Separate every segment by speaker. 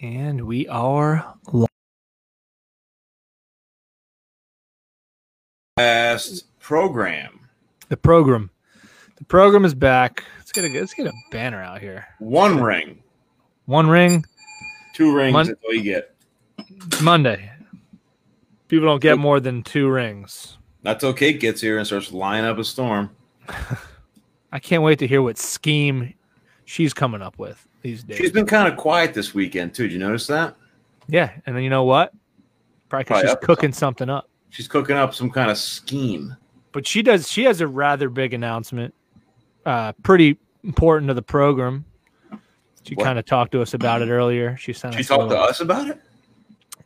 Speaker 1: And we are live.
Speaker 2: Last program.
Speaker 1: the program. The program is back. Let's get a let's get a banner out here.
Speaker 2: One ring.
Speaker 1: One ring
Speaker 2: Two rings
Speaker 1: Mon-
Speaker 2: is all you get.
Speaker 1: Monday. People don't get more than two rings.
Speaker 2: That's okay. Gets here and starts lining up a storm.
Speaker 1: I can't wait to hear what scheme she's coming up with these days.
Speaker 2: She's been kind of quiet this weekend too. Did you notice that?
Speaker 1: yeah, and then you know what? Probably 'cause
Speaker 2: Probably
Speaker 1: she's
Speaker 2: up to
Speaker 1: cooking something up.
Speaker 2: She's cooking up some kind of scheme.
Speaker 1: But she does. She has a rather big announcement. Uh, pretty important to the program. She
Speaker 2: What?
Speaker 1: kind of talked to us about it earlier. She sent
Speaker 2: She
Speaker 1: us a
Speaker 2: talked to
Speaker 1: little-
Speaker 2: us about it.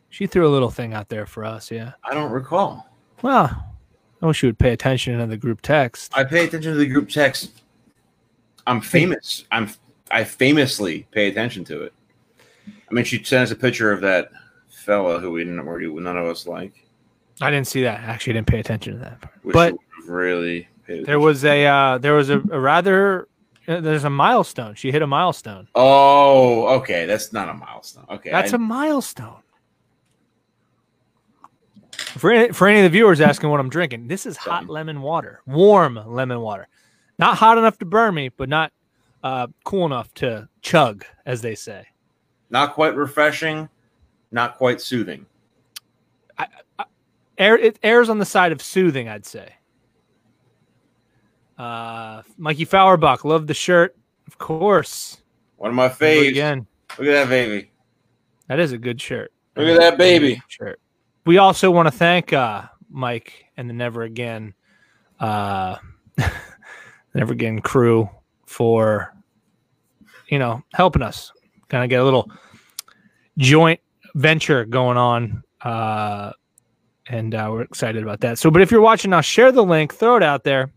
Speaker 1: She threw a little thing out there for us. Yeah.
Speaker 2: I don't recall.
Speaker 1: Well, I wish you would pay attention to the group text.
Speaker 2: I pay attention to the group text. I'm famous. I'm I famously pay attention to it. I mean, she sent us a picture of that fella who we didn't really none of us like.
Speaker 1: I didn't see that. I actually didn't pay attention to that. Part.
Speaker 2: Which
Speaker 1: But
Speaker 2: really, paid
Speaker 1: there was a uh, there was a, a rather uh, there's a milestone. She hit a milestone.
Speaker 2: Oh, okay. That's not a milestone. Okay,
Speaker 1: That's
Speaker 2: I-
Speaker 1: a milestone. For any, for any of the viewers asking what I'm drinking, this is hot
Speaker 2: Something.
Speaker 1: lemon water, warm lemon water, not hot enough to burn me, but not uh, cool enough to chug, as they say.
Speaker 2: not quite refreshing, not quite soothing.
Speaker 1: air, it airs on the side of soothing, I'd say. Uh, Mikey Fauerbach, love the shirt, of course.
Speaker 2: One of my
Speaker 1: Blue
Speaker 2: faves.
Speaker 1: again.
Speaker 2: Look at that baby.
Speaker 1: That is a good shirt.
Speaker 2: Look at that baby.
Speaker 1: Shirt. We also want to thank uh, Mike and the Never Again, uh, Never Again crew for, you know, helping us kind of get a little joint venture going on. Uh, and uh, we're excited about that. So, but if you're watching now, share the link, throw it out there.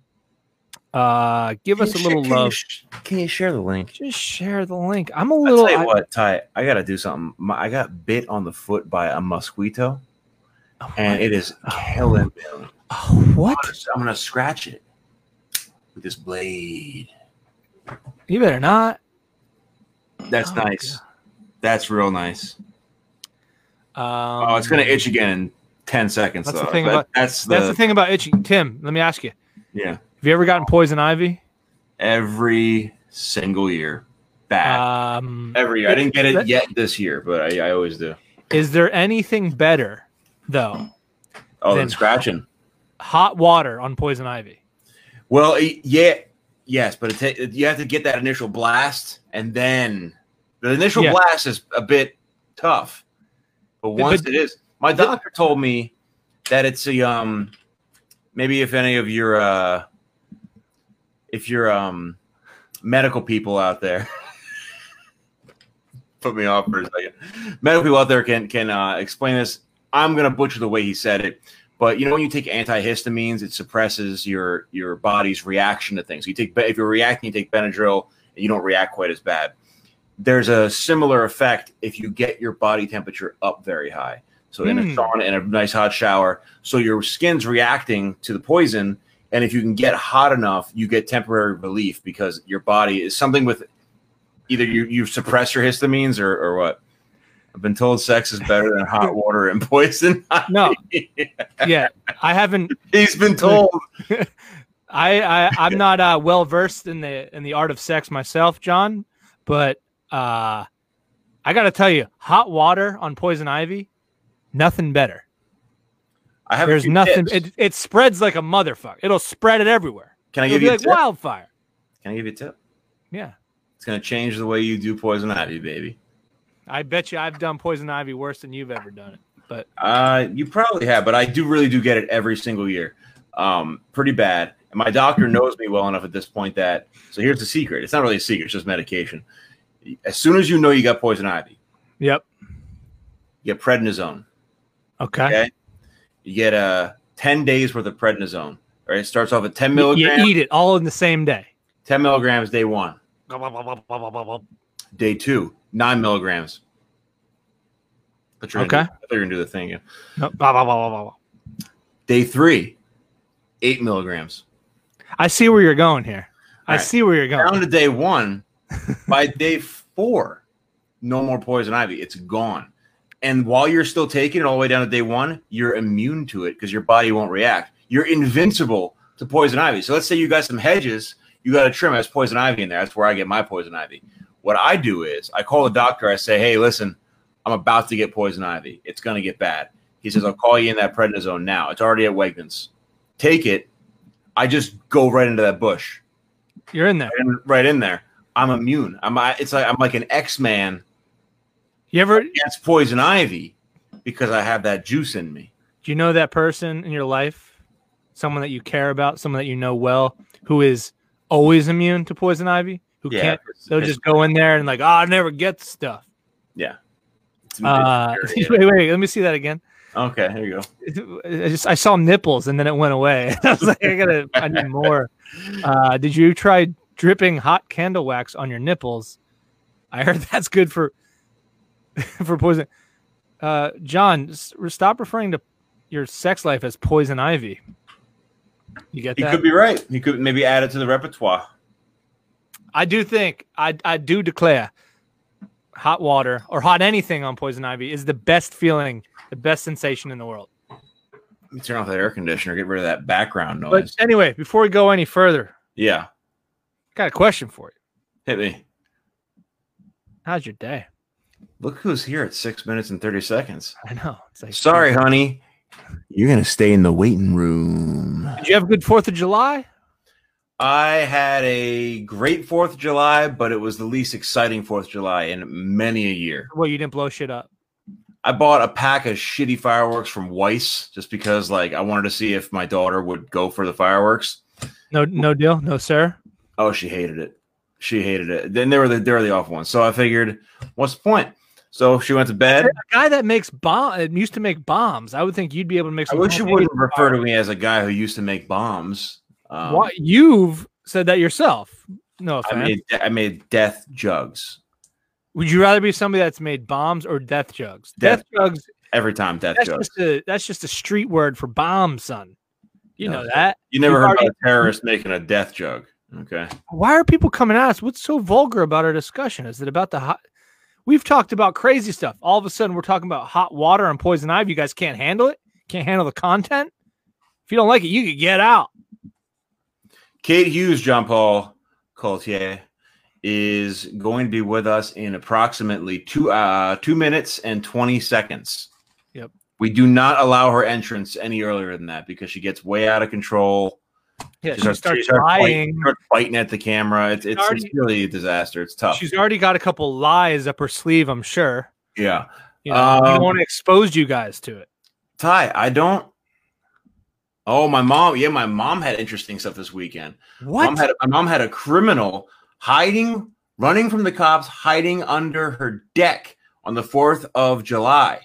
Speaker 1: Uh, give us a little love.
Speaker 2: can you share the link?
Speaker 1: Just share the link. I'm a
Speaker 2: I
Speaker 1: little.
Speaker 2: tell you
Speaker 1: I-
Speaker 2: what, Ty, I gotta do something. My, I got bit on the foot by a mosquito,
Speaker 1: oh my-
Speaker 2: and it is killing me.
Speaker 1: oh, what?
Speaker 2: I'm gonna scratch it with this blade.
Speaker 1: You better not.
Speaker 2: That's
Speaker 1: Oh,
Speaker 2: nice. That's real nice.
Speaker 1: Um,
Speaker 2: Oh, it's gonna itch again in ten seconds.
Speaker 1: That's
Speaker 2: though.
Speaker 1: the thing
Speaker 2: That-
Speaker 1: about-
Speaker 2: that's the, Oh.
Speaker 1: That's the thing about itching. Tim, let me ask you:
Speaker 2: yeah.
Speaker 1: Have you ever gotten poison ivy?
Speaker 2: Every single year, bad.
Speaker 1: Um,
Speaker 2: Every year. I didn't get it
Speaker 1: That-
Speaker 2: yet this year, but I, I always do.
Speaker 1: is there anything better though?
Speaker 2: Oh,
Speaker 1: Then-
Speaker 2: then scratching.
Speaker 1: Hot water on poison ivy.
Speaker 2: Well, it- yeah, yes, but it ta- you have to get that initial blast, and then the initial
Speaker 1: Yeah.
Speaker 2: blast is a bit tough. But
Speaker 1: But-
Speaker 2: once
Speaker 1: but-
Speaker 2: it is, my
Speaker 1: but-
Speaker 2: doctor told me that it's a um, maybe if any of your uh, if your um, medical people out there. Put me off for a second. Medical people out there can can uh, explain this. I'm gonna butcher the way he said it, but you know when you take antihistamines, it suppresses your your body's reaction to things. You take if you're reacting, you take Benadryl, and you don't react quite as bad. There's a similar effect if you get your body temperature up very high. So in a
Speaker 1: Hmm.
Speaker 2: sauna, in a nice hot shower, so your skin's reacting to the poison, and if you can get hot enough, you get temporary relief because your body is something with either you you suppress your histamines or or what. I've been told sex is better than hot water and poison.
Speaker 1: No, yeah, I haven't.
Speaker 2: He's been told.
Speaker 1: I, I I'm not uh, well versed in the in the art of sex myself, John. But uh, I got to tell you, hot water on poison ivy, nothing better.
Speaker 2: I have a
Speaker 1: There's
Speaker 2: few
Speaker 1: nothing.
Speaker 2: tips.
Speaker 1: It, it spreads like a motherfucker. It'll spread it everywhere.
Speaker 2: Can I
Speaker 1: It'll
Speaker 2: give
Speaker 1: be
Speaker 2: you a
Speaker 1: like
Speaker 2: tip?
Speaker 1: wildfire.
Speaker 2: Can I give you a tip?
Speaker 1: Yeah.
Speaker 2: It's gonna change the way you do poison ivy, baby.
Speaker 1: I bet you I've done poison ivy worse than you've ever done it. But
Speaker 2: Uh, you probably have, but I do really do get it every single year. Um, pretty bad. And my doctor knows me well enough at this point that so here's the secret. It's not really a secret. It's just medication. As soon as you know you got poison ivy,
Speaker 1: yep.
Speaker 2: you get prednisone.
Speaker 1: Okay.
Speaker 2: Okay. You get uh, ten days worth of prednisone. All right, it starts off at ten
Speaker 1: You, you
Speaker 2: milligrams.
Speaker 1: eat it all in the same day.
Speaker 2: ten milligrams day one. Day two, nine milligrams. But you're
Speaker 1: Okay.
Speaker 2: Gonna do, I thought you were gonna do the thing. again.
Speaker 1: No, blah, blah, blah, blah, blah.
Speaker 2: Day three, eight milligrams.
Speaker 1: I see where you're going here. I
Speaker 2: All right.
Speaker 1: see where you're
Speaker 2: Down
Speaker 1: going.
Speaker 2: to day one. By day four, no more poison ivy. It's gone. And while you're still taking it all the way down to day one, you're immune to it because your body won't react. You're invincible to poison ivy. So let's say you got some hedges, you got a trim that has poison ivy in there. That's where I get my poison ivy. What I do is I call the doctor. I say, hey, listen, I'm about to get poison ivy. It's going to get bad. He says, I'll call you in that prednisone now. It's already at Wegmans. Take it. I just go right into that bush,
Speaker 1: You're in there.
Speaker 2: right in, right in there. I'm immune. I'm I- it's like I'm like an X Man
Speaker 1: You ever
Speaker 2: against poison ivy because I have that juice in me.
Speaker 1: Do you know that person in your life, someone that you care about, someone that you know well, who is always immune to poison ivy? Who can't?
Speaker 2: it's-
Speaker 1: They'll
Speaker 2: it's-
Speaker 1: just go in there and like, oh, I never get stuff.
Speaker 2: it's-
Speaker 1: Uh,
Speaker 2: it's
Speaker 1: wait,
Speaker 2: infuriating.
Speaker 1: wait, let me see that again.
Speaker 2: okay, here you go.
Speaker 1: I just I saw nipples and then it went away. I was like, I gotta, I need more. Uh, did you try dripping hot candle wax on your nipples? I heard that's good for for poison. Uh, John, s- stop referring to your sex life as poison ivy. You get
Speaker 2: He
Speaker 1: that?
Speaker 2: could be right. He could maybe add it to the repertoire.
Speaker 1: I do think I I do declare hot water or hot anything on poison ivy is the best feeling, the best sensation in the world.
Speaker 2: Let me turn off that air conditioner. Get rid of that background noise.
Speaker 1: But anyway, before we go any further,
Speaker 2: yeah,
Speaker 1: got a question for you.
Speaker 2: hit me.
Speaker 1: How's your day?
Speaker 2: Look who's here at six minutes and thirty seconds.
Speaker 1: I know. It's like
Speaker 2: Sorry, honey. You're gonna stay in the waiting room.
Speaker 1: Did you have a good Fourth of July?
Speaker 2: I had a great Fourth of July, but it was the least exciting Fourth of July in many a year.
Speaker 1: Well, you didn't blow shit up.
Speaker 2: I bought a pack of shitty fireworks from Weiss just because, like, I wanted to see if my daughter would go for the fireworks.
Speaker 1: No, no deal. No, sir.
Speaker 2: Oh, she hated it. She hated it. Then they were the they were the awful ones. So I figured, what's the point? So she went to bed.
Speaker 1: A guy that makes bomb used to make bombs. I would think you'd be able to make.
Speaker 2: I
Speaker 1: Some
Speaker 2: wish you
Speaker 1: homemade-
Speaker 2: wouldn't refer to me as a guy who used to make bombs. Um,
Speaker 1: Why you've said that yourself? No
Speaker 2: I
Speaker 1: offense.
Speaker 2: made I made death jugs
Speaker 1: would you rather be somebody that's made bombs or death jugs? Death,
Speaker 2: Death
Speaker 1: jugs.
Speaker 2: every time. Death
Speaker 1: That's
Speaker 2: jugs.
Speaker 1: just a that's just a street word for bomb, son. You
Speaker 2: No,
Speaker 1: know that.
Speaker 2: You never
Speaker 1: You've
Speaker 2: heard
Speaker 1: already-
Speaker 2: about a terrorist making a death jug. Okay.
Speaker 1: Why are people coming at us? What's so vulgar about our discussion? Is it about the hot? We've talked about crazy stuff. All of a sudden, we're talking about hot water and poison ivy. You guys can't handle it. Can't handle the content. If you don't like it, you could get out.
Speaker 2: Kate Hughes, John Paul Coltier, is going to be with us in approximately two uh, two minutes and twenty seconds.
Speaker 1: Yep.
Speaker 2: We do not allow her entrance any earlier than that because she gets way out of control.
Speaker 1: Yeah,
Speaker 2: She
Speaker 1: she
Speaker 2: starts- she
Speaker 1: starts
Speaker 2: starts biting.
Speaker 1: lying.
Speaker 2: Starts biting at the camera. It's it's, it's
Speaker 1: Already-
Speaker 2: really a disaster. It's tough.
Speaker 1: She's already got a couple lies up her sleeve. I'm sure.
Speaker 2: yeah.
Speaker 1: You know, you
Speaker 2: Um,
Speaker 1: don't want to expose you guys to it.
Speaker 2: Ty, I don't. Oh, my mom. Yeah, my mom had interesting stuff this weekend.
Speaker 1: What?
Speaker 2: Mom had, my mom had a criminal hiding, running from the cops, hiding under her deck on the 4th of July.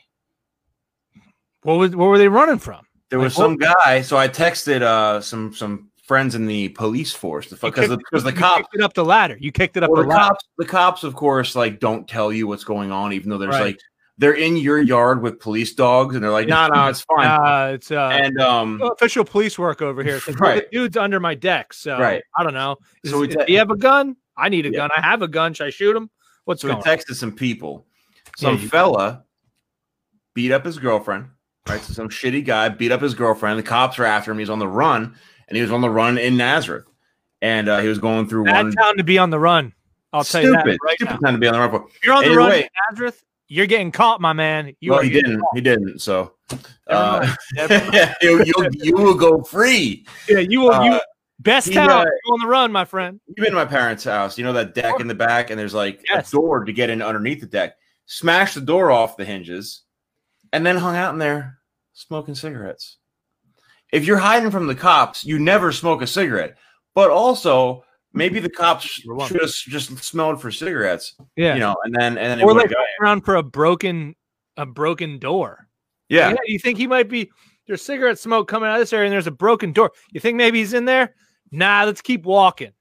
Speaker 1: what was? What were they running from?
Speaker 2: There was
Speaker 1: Like,
Speaker 2: some guy. So I texted uh, some some friends in the police force because the, because the
Speaker 1: You
Speaker 2: cops.
Speaker 1: kicked it up the ladder. You kicked it up
Speaker 2: Well,
Speaker 1: the
Speaker 2: the
Speaker 1: ladder.
Speaker 2: cops, the cops, of course, like don't tell you what's going on, even though there's
Speaker 1: Right.
Speaker 2: like they're in your yard with police dogs, and they're like, "No, no, it's fine."
Speaker 1: Uh, it's uh,
Speaker 2: and um,
Speaker 1: official police work over here. It's like, well, the
Speaker 2: Right.
Speaker 1: dude's under my deck, so
Speaker 2: Right.
Speaker 1: I don't know. Is,
Speaker 2: So we
Speaker 1: is-
Speaker 2: te-
Speaker 1: do you have a gun? I need a
Speaker 2: Yeah.
Speaker 1: gun. I have a gun. Should I shoot him? What's
Speaker 2: So
Speaker 1: going
Speaker 2: he texted some people.
Speaker 1: Yeah,
Speaker 2: Some
Speaker 1: you-
Speaker 2: fella beat up his girlfriend. Right, so some shitty guy beat up his girlfriend. The cops are after him. He's on the run, and he was on the run in Nazareth, and uh, he was going through
Speaker 1: on? Bad
Speaker 2: one
Speaker 1: town to be on the run. I'll tell
Speaker 2: stupid,
Speaker 1: you that right
Speaker 2: stupid
Speaker 1: now.
Speaker 2: time to be on the run for.
Speaker 1: If you're on the
Speaker 2: Either
Speaker 1: run
Speaker 2: way-
Speaker 1: in Nazareth, you're getting caught, my man. You
Speaker 2: well,
Speaker 1: are
Speaker 2: he
Speaker 1: getting
Speaker 2: didn't. He didn't. So
Speaker 1: Never
Speaker 2: uh,
Speaker 1: mind. Never mind.
Speaker 2: you, you, you will go free.
Speaker 1: yeah, you will. you
Speaker 2: Uh,
Speaker 1: best
Speaker 2: he,
Speaker 1: town
Speaker 2: uh,
Speaker 1: you're on the run, my friend.
Speaker 2: You've been to my parents' house. You know that deck in the back, and there's like
Speaker 1: Yes.
Speaker 2: a door to get in underneath the deck. Smashed the door off the hinges, and then hung out in there smoking cigarettes. If you're hiding from the cops, you never smoke a cigarette. But also, maybe the cops
Speaker 1: Number one.
Speaker 2: should have just smelled for cigarettes,
Speaker 1: Yeah,
Speaker 2: you know, and then and then it
Speaker 1: or
Speaker 2: would've
Speaker 1: like
Speaker 2: got
Speaker 1: running around for a broken a broken door.
Speaker 2: you. yeah.
Speaker 1: you think he might be there's cigarette smoke coming out of this area and there's a broken door. You think maybe he's in there? Nah, let's keep walking.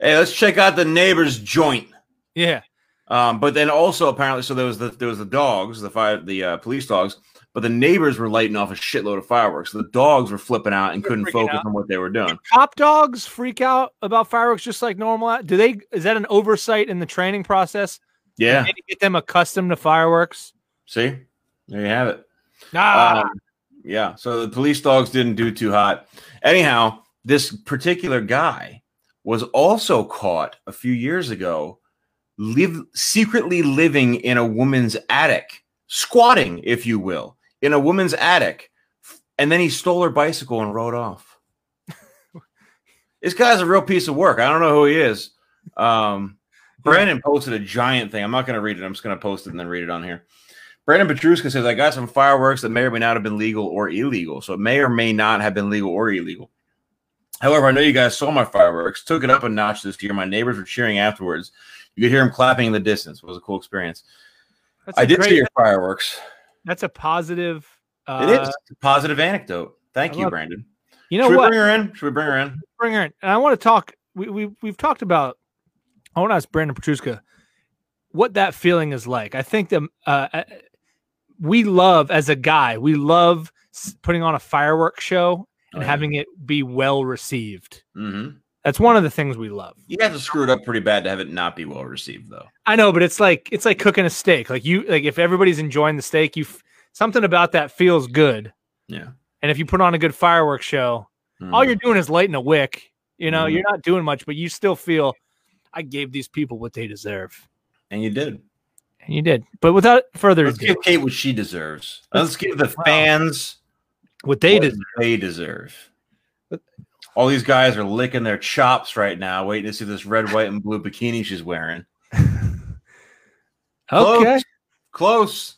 Speaker 2: Hey, let's check out the neighbor's joint.
Speaker 1: Yeah.
Speaker 2: Um, but then also apparently, so there was the there was the dogs, the fire, the uh, police dogs, but the neighbors were lighting off a shitload of fireworks. The dogs were flipping out and
Speaker 1: They're
Speaker 2: couldn't
Speaker 1: freaking
Speaker 2: focus
Speaker 1: out.
Speaker 2: on what they were doing.
Speaker 1: Cop dogs freak out about fireworks just like normal. Do they is that an oversight in the training process?
Speaker 2: Yeah.
Speaker 1: Maybe get them accustomed to fireworks.
Speaker 2: See, there you have it.
Speaker 1: Ah,
Speaker 2: Um, yeah. So the police dogs didn't do too hot. Anyhow, this particular guy was also caught a few years ago, live secretly living in a woman's attic, squatting, if you will, in a woman's attic, and then he stole her bicycle and rode off. this guy's a real piece of work. I don't know who he is. Um, Brandon posted a giant thing. I'm not going to read it. I'm just going to post it and then read it on here. Brandon Petruska says, I got some fireworks that may or may not have been legal or illegal. So it may or may not have been legal or illegal. However, I know you guys saw my fireworks, took it up a notch this year. My neighbors were cheering afterwards. You could hear them clapping in the distance. It was a cool experience.
Speaker 1: that's
Speaker 2: I
Speaker 1: a
Speaker 2: did
Speaker 1: great-
Speaker 2: see your fireworks.
Speaker 1: That's a positive. Uh,
Speaker 2: it is a positive anecdote. Thank
Speaker 1: I
Speaker 2: you,
Speaker 1: love-
Speaker 2: Brandon.
Speaker 1: You know
Speaker 2: Should
Speaker 1: what?
Speaker 2: we bring her in? Should we bring her in?
Speaker 1: bring her in. And I want to talk. We, we we've talked about. I want to ask Brandon Petruska what that feeling is like. I think that uh, uh, we love as a guy, we love s- putting on a fireworks show and
Speaker 2: Oh, yeah.
Speaker 1: having it be well received.
Speaker 2: hmm
Speaker 1: That's one of the things we love.
Speaker 2: You have to screw it up pretty bad to have it not be well received, though.
Speaker 1: I know, but it's like it's like cooking a steak. Like you, like if everybody's enjoying the steak, you f- something about that feels good.
Speaker 2: Yeah. Mm.
Speaker 1: And if you put on a good fireworks show, all you're doing is lighting a wick. You know,
Speaker 2: Mhm.
Speaker 1: you're not doing much, but you still feel I gave these people what they deserve.
Speaker 2: and you did.
Speaker 1: And you did. But without further
Speaker 2: Let's
Speaker 1: ado,
Speaker 2: give Kate what she deserves.
Speaker 1: Let's-
Speaker 2: Let's give the
Speaker 1: Wow.
Speaker 2: fans.
Speaker 1: what they
Speaker 2: what
Speaker 1: did.
Speaker 2: They deserve. All these guys are licking their chops right now, waiting to see this red, white, and blue bikini she's wearing.
Speaker 1: Okay.
Speaker 2: Close.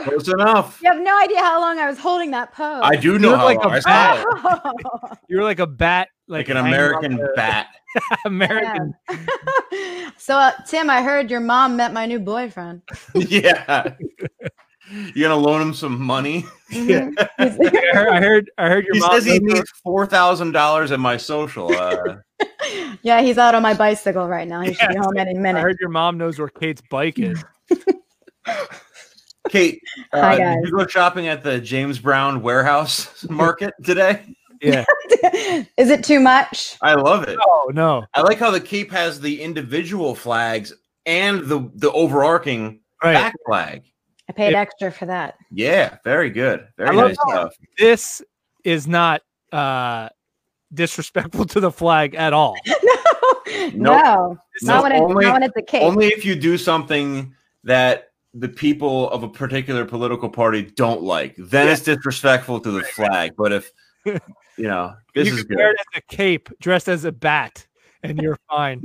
Speaker 2: Close enough.
Speaker 3: You have no idea how long I was holding that pose.
Speaker 2: I do know
Speaker 1: look
Speaker 2: how
Speaker 1: like
Speaker 2: like
Speaker 1: a
Speaker 2: I saw it.
Speaker 1: You're like a bat,
Speaker 2: Like
Speaker 1: like,
Speaker 2: an
Speaker 1: hanging off
Speaker 2: American
Speaker 1: the-
Speaker 2: bat.
Speaker 1: American.
Speaker 3: so, uh, Tim, I heard your mom met my new boyfriend.
Speaker 2: yeah. You're gonna loan him some money.
Speaker 3: Mhm.
Speaker 1: I heard, I heard, I heard your
Speaker 2: He
Speaker 1: mom.
Speaker 2: says he
Speaker 1: goes
Speaker 2: needs four thousand dollars in my social. Uh,
Speaker 3: yeah, he's out on my bicycle right now. He should be home any
Speaker 1: where- I
Speaker 3: minute.
Speaker 1: heard your mom knows where Kate's bike is.
Speaker 2: Kate, uh,
Speaker 3: Hi,
Speaker 2: did
Speaker 3: guys.
Speaker 2: you go shopping at the James Brown warehouse market today?
Speaker 1: Yeah.
Speaker 3: Is it too much?
Speaker 2: I love it.
Speaker 1: oh no.
Speaker 2: I like how the cape has the individual flags and the the overarching
Speaker 1: Right.
Speaker 2: back flag.
Speaker 3: I paid
Speaker 1: Yeah.
Speaker 3: extra for that.
Speaker 2: Yeah, very good.
Speaker 1: I
Speaker 2: Very
Speaker 1: love
Speaker 2: nice stuff.
Speaker 1: This is not uh disrespectful to the flag at all.
Speaker 3: no, no,
Speaker 1: This
Speaker 3: not,
Speaker 2: No,
Speaker 1: is-
Speaker 3: when it,
Speaker 2: only-
Speaker 3: not when it's a cake.
Speaker 2: Only if you do something that the people of a particular political party don't like, then it's disrespectful to the flag. But if you know, this
Speaker 1: you
Speaker 2: is
Speaker 1: can wear
Speaker 2: good.
Speaker 1: it as a cape dressed as a bat, and you're fine.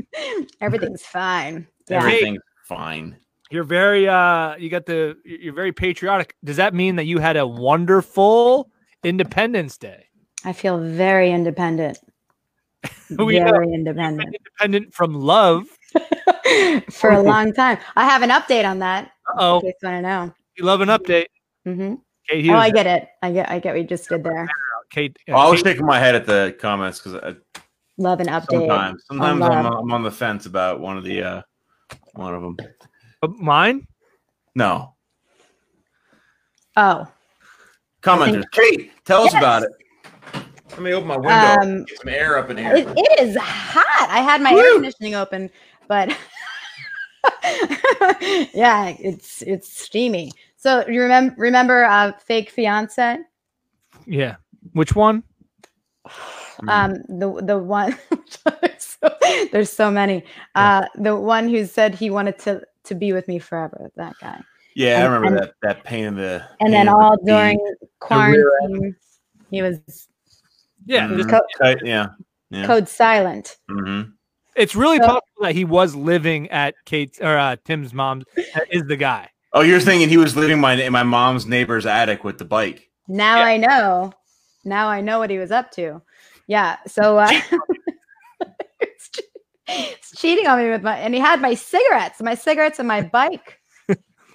Speaker 3: Everything's fine. Yeah.
Speaker 2: Everything's fine.
Speaker 1: You're very uh you got the you're very patriotic. Does that mean that you had a wonderful Independence Day?
Speaker 3: I feel very independent.
Speaker 1: We know.
Speaker 3: very independent
Speaker 1: Independent from love.
Speaker 3: for a long time. I have an update on that.
Speaker 1: Oh,
Speaker 3: In case you want to know.
Speaker 1: you love an update.
Speaker 3: Mhm.
Speaker 1: Kate
Speaker 3: Oh,
Speaker 1: Hughes.
Speaker 3: I get it. I get. I get what you just did there.
Speaker 1: Kate, uh,
Speaker 2: Oh, I was
Speaker 1: Kate-
Speaker 2: shaking my head at the comments because
Speaker 3: Love an update.
Speaker 2: sometimes, sometimes I'm,
Speaker 3: love.
Speaker 2: I'm on the fence about one of the uh, one of them.
Speaker 1: uh, mine?
Speaker 2: No,
Speaker 3: Oh,
Speaker 2: Commenters, Kate, tell us
Speaker 3: Yes.
Speaker 2: about it. Let me open my window.
Speaker 3: Um,
Speaker 2: get some air up in here.
Speaker 3: it, it is hot. I had my air conditioning open, but yeah, it's it's steamy. So you remember remember uh, fake fiance?
Speaker 1: Yeah. Which one?
Speaker 2: Mm-hmm.
Speaker 3: Um, the the one there's, so, there's so many.
Speaker 1: Yeah.
Speaker 3: Uh, the one who said he wanted to to be with me forever. That guy.
Speaker 2: yeah, I
Speaker 3: and-
Speaker 2: remember
Speaker 3: and-
Speaker 2: that that pain in the.
Speaker 3: And
Speaker 2: pain in
Speaker 3: then
Speaker 2: the
Speaker 3: all
Speaker 2: knee.
Speaker 3: during
Speaker 1: rear
Speaker 3: quarantine, he was
Speaker 1: Yeah.
Speaker 2: Mhm.
Speaker 1: just-
Speaker 3: co-
Speaker 2: Tight- yeah, yeah.
Speaker 3: code silent.
Speaker 2: Mhm.
Speaker 1: It's really
Speaker 3: So-
Speaker 1: possible that he was living at Kate's or uh, Tim's mom's. That is the guy.
Speaker 2: Oh, you're thinking he was living my my mom's neighbor's attic with the bike.
Speaker 3: Now I know. Now I know what he was up to. Yeah. So uh, it's, che- it's cheating on me with my and he had my cigarettes, my cigarettes and my bike.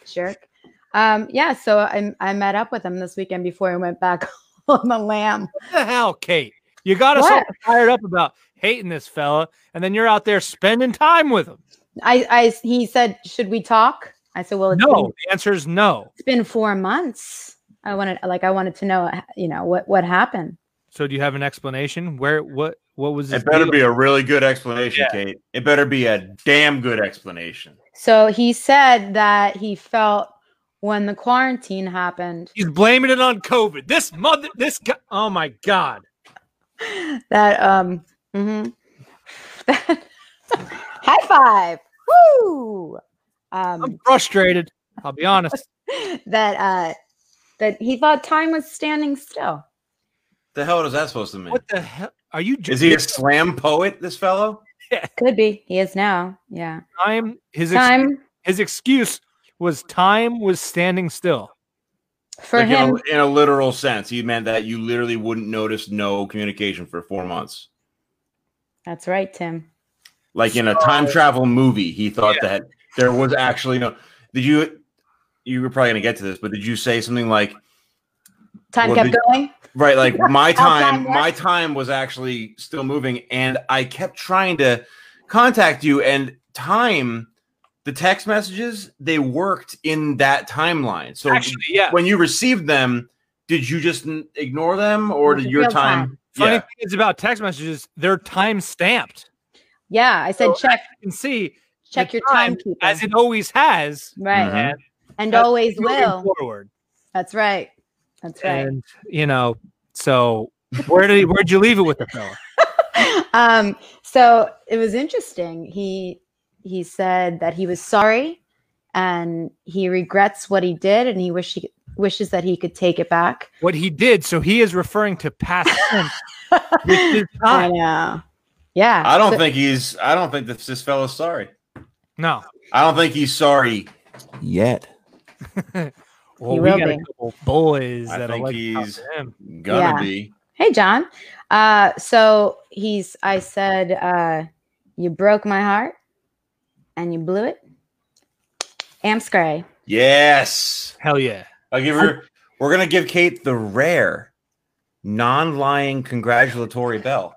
Speaker 3: Jerk. Um, yeah. So I I met up with him this weekend before I went back on the lamb.
Speaker 1: What the hell, Kate? You got us all
Speaker 3: What?
Speaker 1: fired up about hating this fella, and then you're out there spending time with him.
Speaker 3: I I he said, should we talk? I said, well, it's been-
Speaker 1: No, the answer is no.
Speaker 3: it's been four months. I wanted like I wanted to know you know uh, what what happened.
Speaker 1: So do you have an explanation? Where what What was his
Speaker 2: It better
Speaker 1: deal?
Speaker 2: be a really good explanation, Kate. It better be a damn good explanation.
Speaker 3: So he said that he felt when the quarantine happened
Speaker 1: He's blaming it on COVID. This mother, this guy. Oh my god.
Speaker 3: that um mhm. that high five woo
Speaker 1: I'm
Speaker 3: um
Speaker 1: frustrated. I'll be honest.
Speaker 3: that uh that he thought time was standing still.
Speaker 2: The hell is that supposed to mean?
Speaker 1: What the hell? Are you?
Speaker 2: Is he a slam poet? This fellow?
Speaker 3: Could be. He is now. Yeah.
Speaker 1: time? His ex-
Speaker 3: Time
Speaker 1: his excuse was time was standing still.
Speaker 3: for
Speaker 2: Like, in a-
Speaker 3: him.
Speaker 2: in a literal sense, he meant that you literally wouldn't notice no communication for four months.
Speaker 3: That's right, Tim.
Speaker 2: like in a time
Speaker 1: uh,
Speaker 2: travel movie he thought that there was actually no did you you were probably going to get to this but did you say something like
Speaker 3: Time
Speaker 2: Well,
Speaker 3: kept
Speaker 2: the-
Speaker 3: going.
Speaker 2: right like my time
Speaker 3: yeah.
Speaker 2: my time was actually still moving and i kept trying to contact you and time the text messages they worked in that timeline so
Speaker 1: Actually, yeah.
Speaker 2: when you received them did you just n- ignore them or
Speaker 3: Was
Speaker 2: did
Speaker 3: it
Speaker 2: your
Speaker 3: real
Speaker 2: time,
Speaker 3: time?
Speaker 1: Funny
Speaker 2: yeah
Speaker 1: thing is about text messages, they're time stamped.
Speaker 3: Yeah, I said
Speaker 1: So
Speaker 3: check
Speaker 1: You can see
Speaker 3: check
Speaker 1: the
Speaker 3: your
Speaker 1: time,
Speaker 3: timekeeper.
Speaker 1: as Mm-hmm. it always has.
Speaker 3: right.
Speaker 2: Mhm.
Speaker 1: and
Speaker 3: And
Speaker 1: that's
Speaker 3: always
Speaker 1: moving
Speaker 3: will.
Speaker 1: forward.
Speaker 3: That's right. That's right.
Speaker 1: And you know, so where did he, where'd you leave it with the fella?
Speaker 3: um, so it was interesting. He he said that he was sorry and he regrets what he did and he wish he wishes that he could take it back.
Speaker 1: What he did, so he is referring to past tense, which is
Speaker 3: I
Speaker 1: time.
Speaker 3: know. Yeah.
Speaker 2: i don't
Speaker 3: so-
Speaker 2: think he's i don't think this, this fellow's sorry
Speaker 1: No.
Speaker 2: i don't think he's sorry yet
Speaker 1: Well,
Speaker 3: He
Speaker 1: we
Speaker 3: will
Speaker 1: got a
Speaker 3: be.
Speaker 1: couple boys
Speaker 2: I
Speaker 1: that'll
Speaker 2: think
Speaker 1: like to talk
Speaker 2: he's-
Speaker 1: to him.
Speaker 2: gonna
Speaker 3: Yeah.
Speaker 2: be
Speaker 3: Hey, John. Uh, so he's, I said, uh, you broke my heart and you blew it. Am Scray.
Speaker 2: Yes.
Speaker 1: Hell yeah.
Speaker 2: I'll give her we're gonna give Kate the rare non-lying congratulatory bell.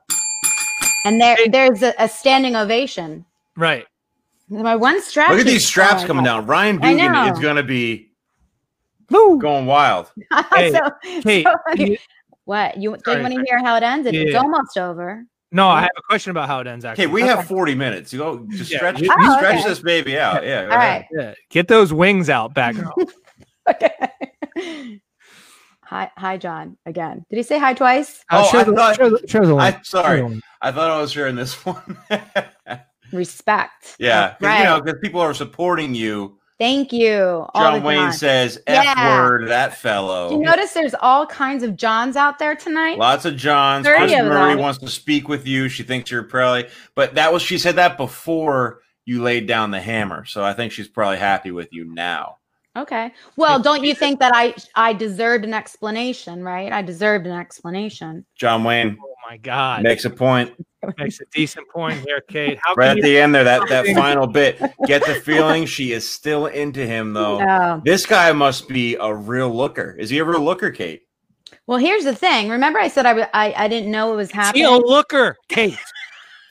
Speaker 3: And there,
Speaker 1: Hey.
Speaker 3: there's a, a standing ovation.
Speaker 1: Right.
Speaker 3: My one Oh strap.
Speaker 2: Look at
Speaker 3: keeps
Speaker 2: these straps
Speaker 3: going
Speaker 2: coming
Speaker 3: up.
Speaker 2: down. Ryan
Speaker 3: I
Speaker 2: Dugan
Speaker 3: know.
Speaker 2: is gonna be
Speaker 1: Woo.
Speaker 2: going wild.
Speaker 1: Hey,
Speaker 3: so,
Speaker 1: Hey,
Speaker 3: so-
Speaker 1: you-
Speaker 3: what you do?
Speaker 1: Sorry.
Speaker 3: You want to hear how it ended? It's
Speaker 1: Yeah.
Speaker 3: almost over.
Speaker 1: no, I have a question about how it ends actually.
Speaker 2: Okay, we
Speaker 3: Okay.
Speaker 2: have 40 minutes. You go just
Speaker 1: Yeah,
Speaker 2: stretch
Speaker 1: you-
Speaker 3: Oh,
Speaker 2: stretch
Speaker 3: okay.
Speaker 2: this baby out. Yeah. go
Speaker 3: All
Speaker 2: ahead.
Speaker 3: right.
Speaker 1: Yeah. Get those wings out back. girl.
Speaker 2: Oh,
Speaker 3: Okay. hi, hi, John. Again, did he say hi twice?
Speaker 1: Uh,
Speaker 2: Oh,
Speaker 1: show
Speaker 2: I
Speaker 1: the-
Speaker 2: thought-
Speaker 1: show the- show the link.
Speaker 2: I sorry.
Speaker 1: Show the link.
Speaker 2: I thought I was sharing this one.
Speaker 3: Respect.
Speaker 2: yeah. 'cause,
Speaker 3: Right.
Speaker 2: You know, because people are supporting you.
Speaker 3: Thank you. all
Speaker 2: John
Speaker 3: the
Speaker 2: Wayne "Oh."
Speaker 3: time.
Speaker 2: says F
Speaker 3: Yeah.
Speaker 2: word, that fellow.
Speaker 3: Do you notice there's all kinds of Johns out there tonight?
Speaker 2: Lots of Johns.
Speaker 3: 30
Speaker 2: Chris
Speaker 3: of
Speaker 2: Murray
Speaker 3: them.
Speaker 2: wants to speak with you. She thinks you're probably, but that was she said that before you laid down the hammer. So I think she's probably happy with you now.
Speaker 3: Okay. Well, don't you think that I I deserved an explanation, right? I deserved an explanation.
Speaker 2: John Wayne
Speaker 1: Oh my God.
Speaker 2: makes a point
Speaker 1: Makes a decent point here, Kate. How
Speaker 2: right
Speaker 1: can
Speaker 2: at
Speaker 1: you
Speaker 2: the end there. That that final bit. Get the feeling she is still into him though.
Speaker 3: Oh.
Speaker 2: This guy must be a real looker. Is he ever a looker, Kate?
Speaker 3: Well, here's the thing. Remember, I said I wa- I, I didn't know it was
Speaker 1: Is he a
Speaker 3: happening.
Speaker 1: looker, Kate?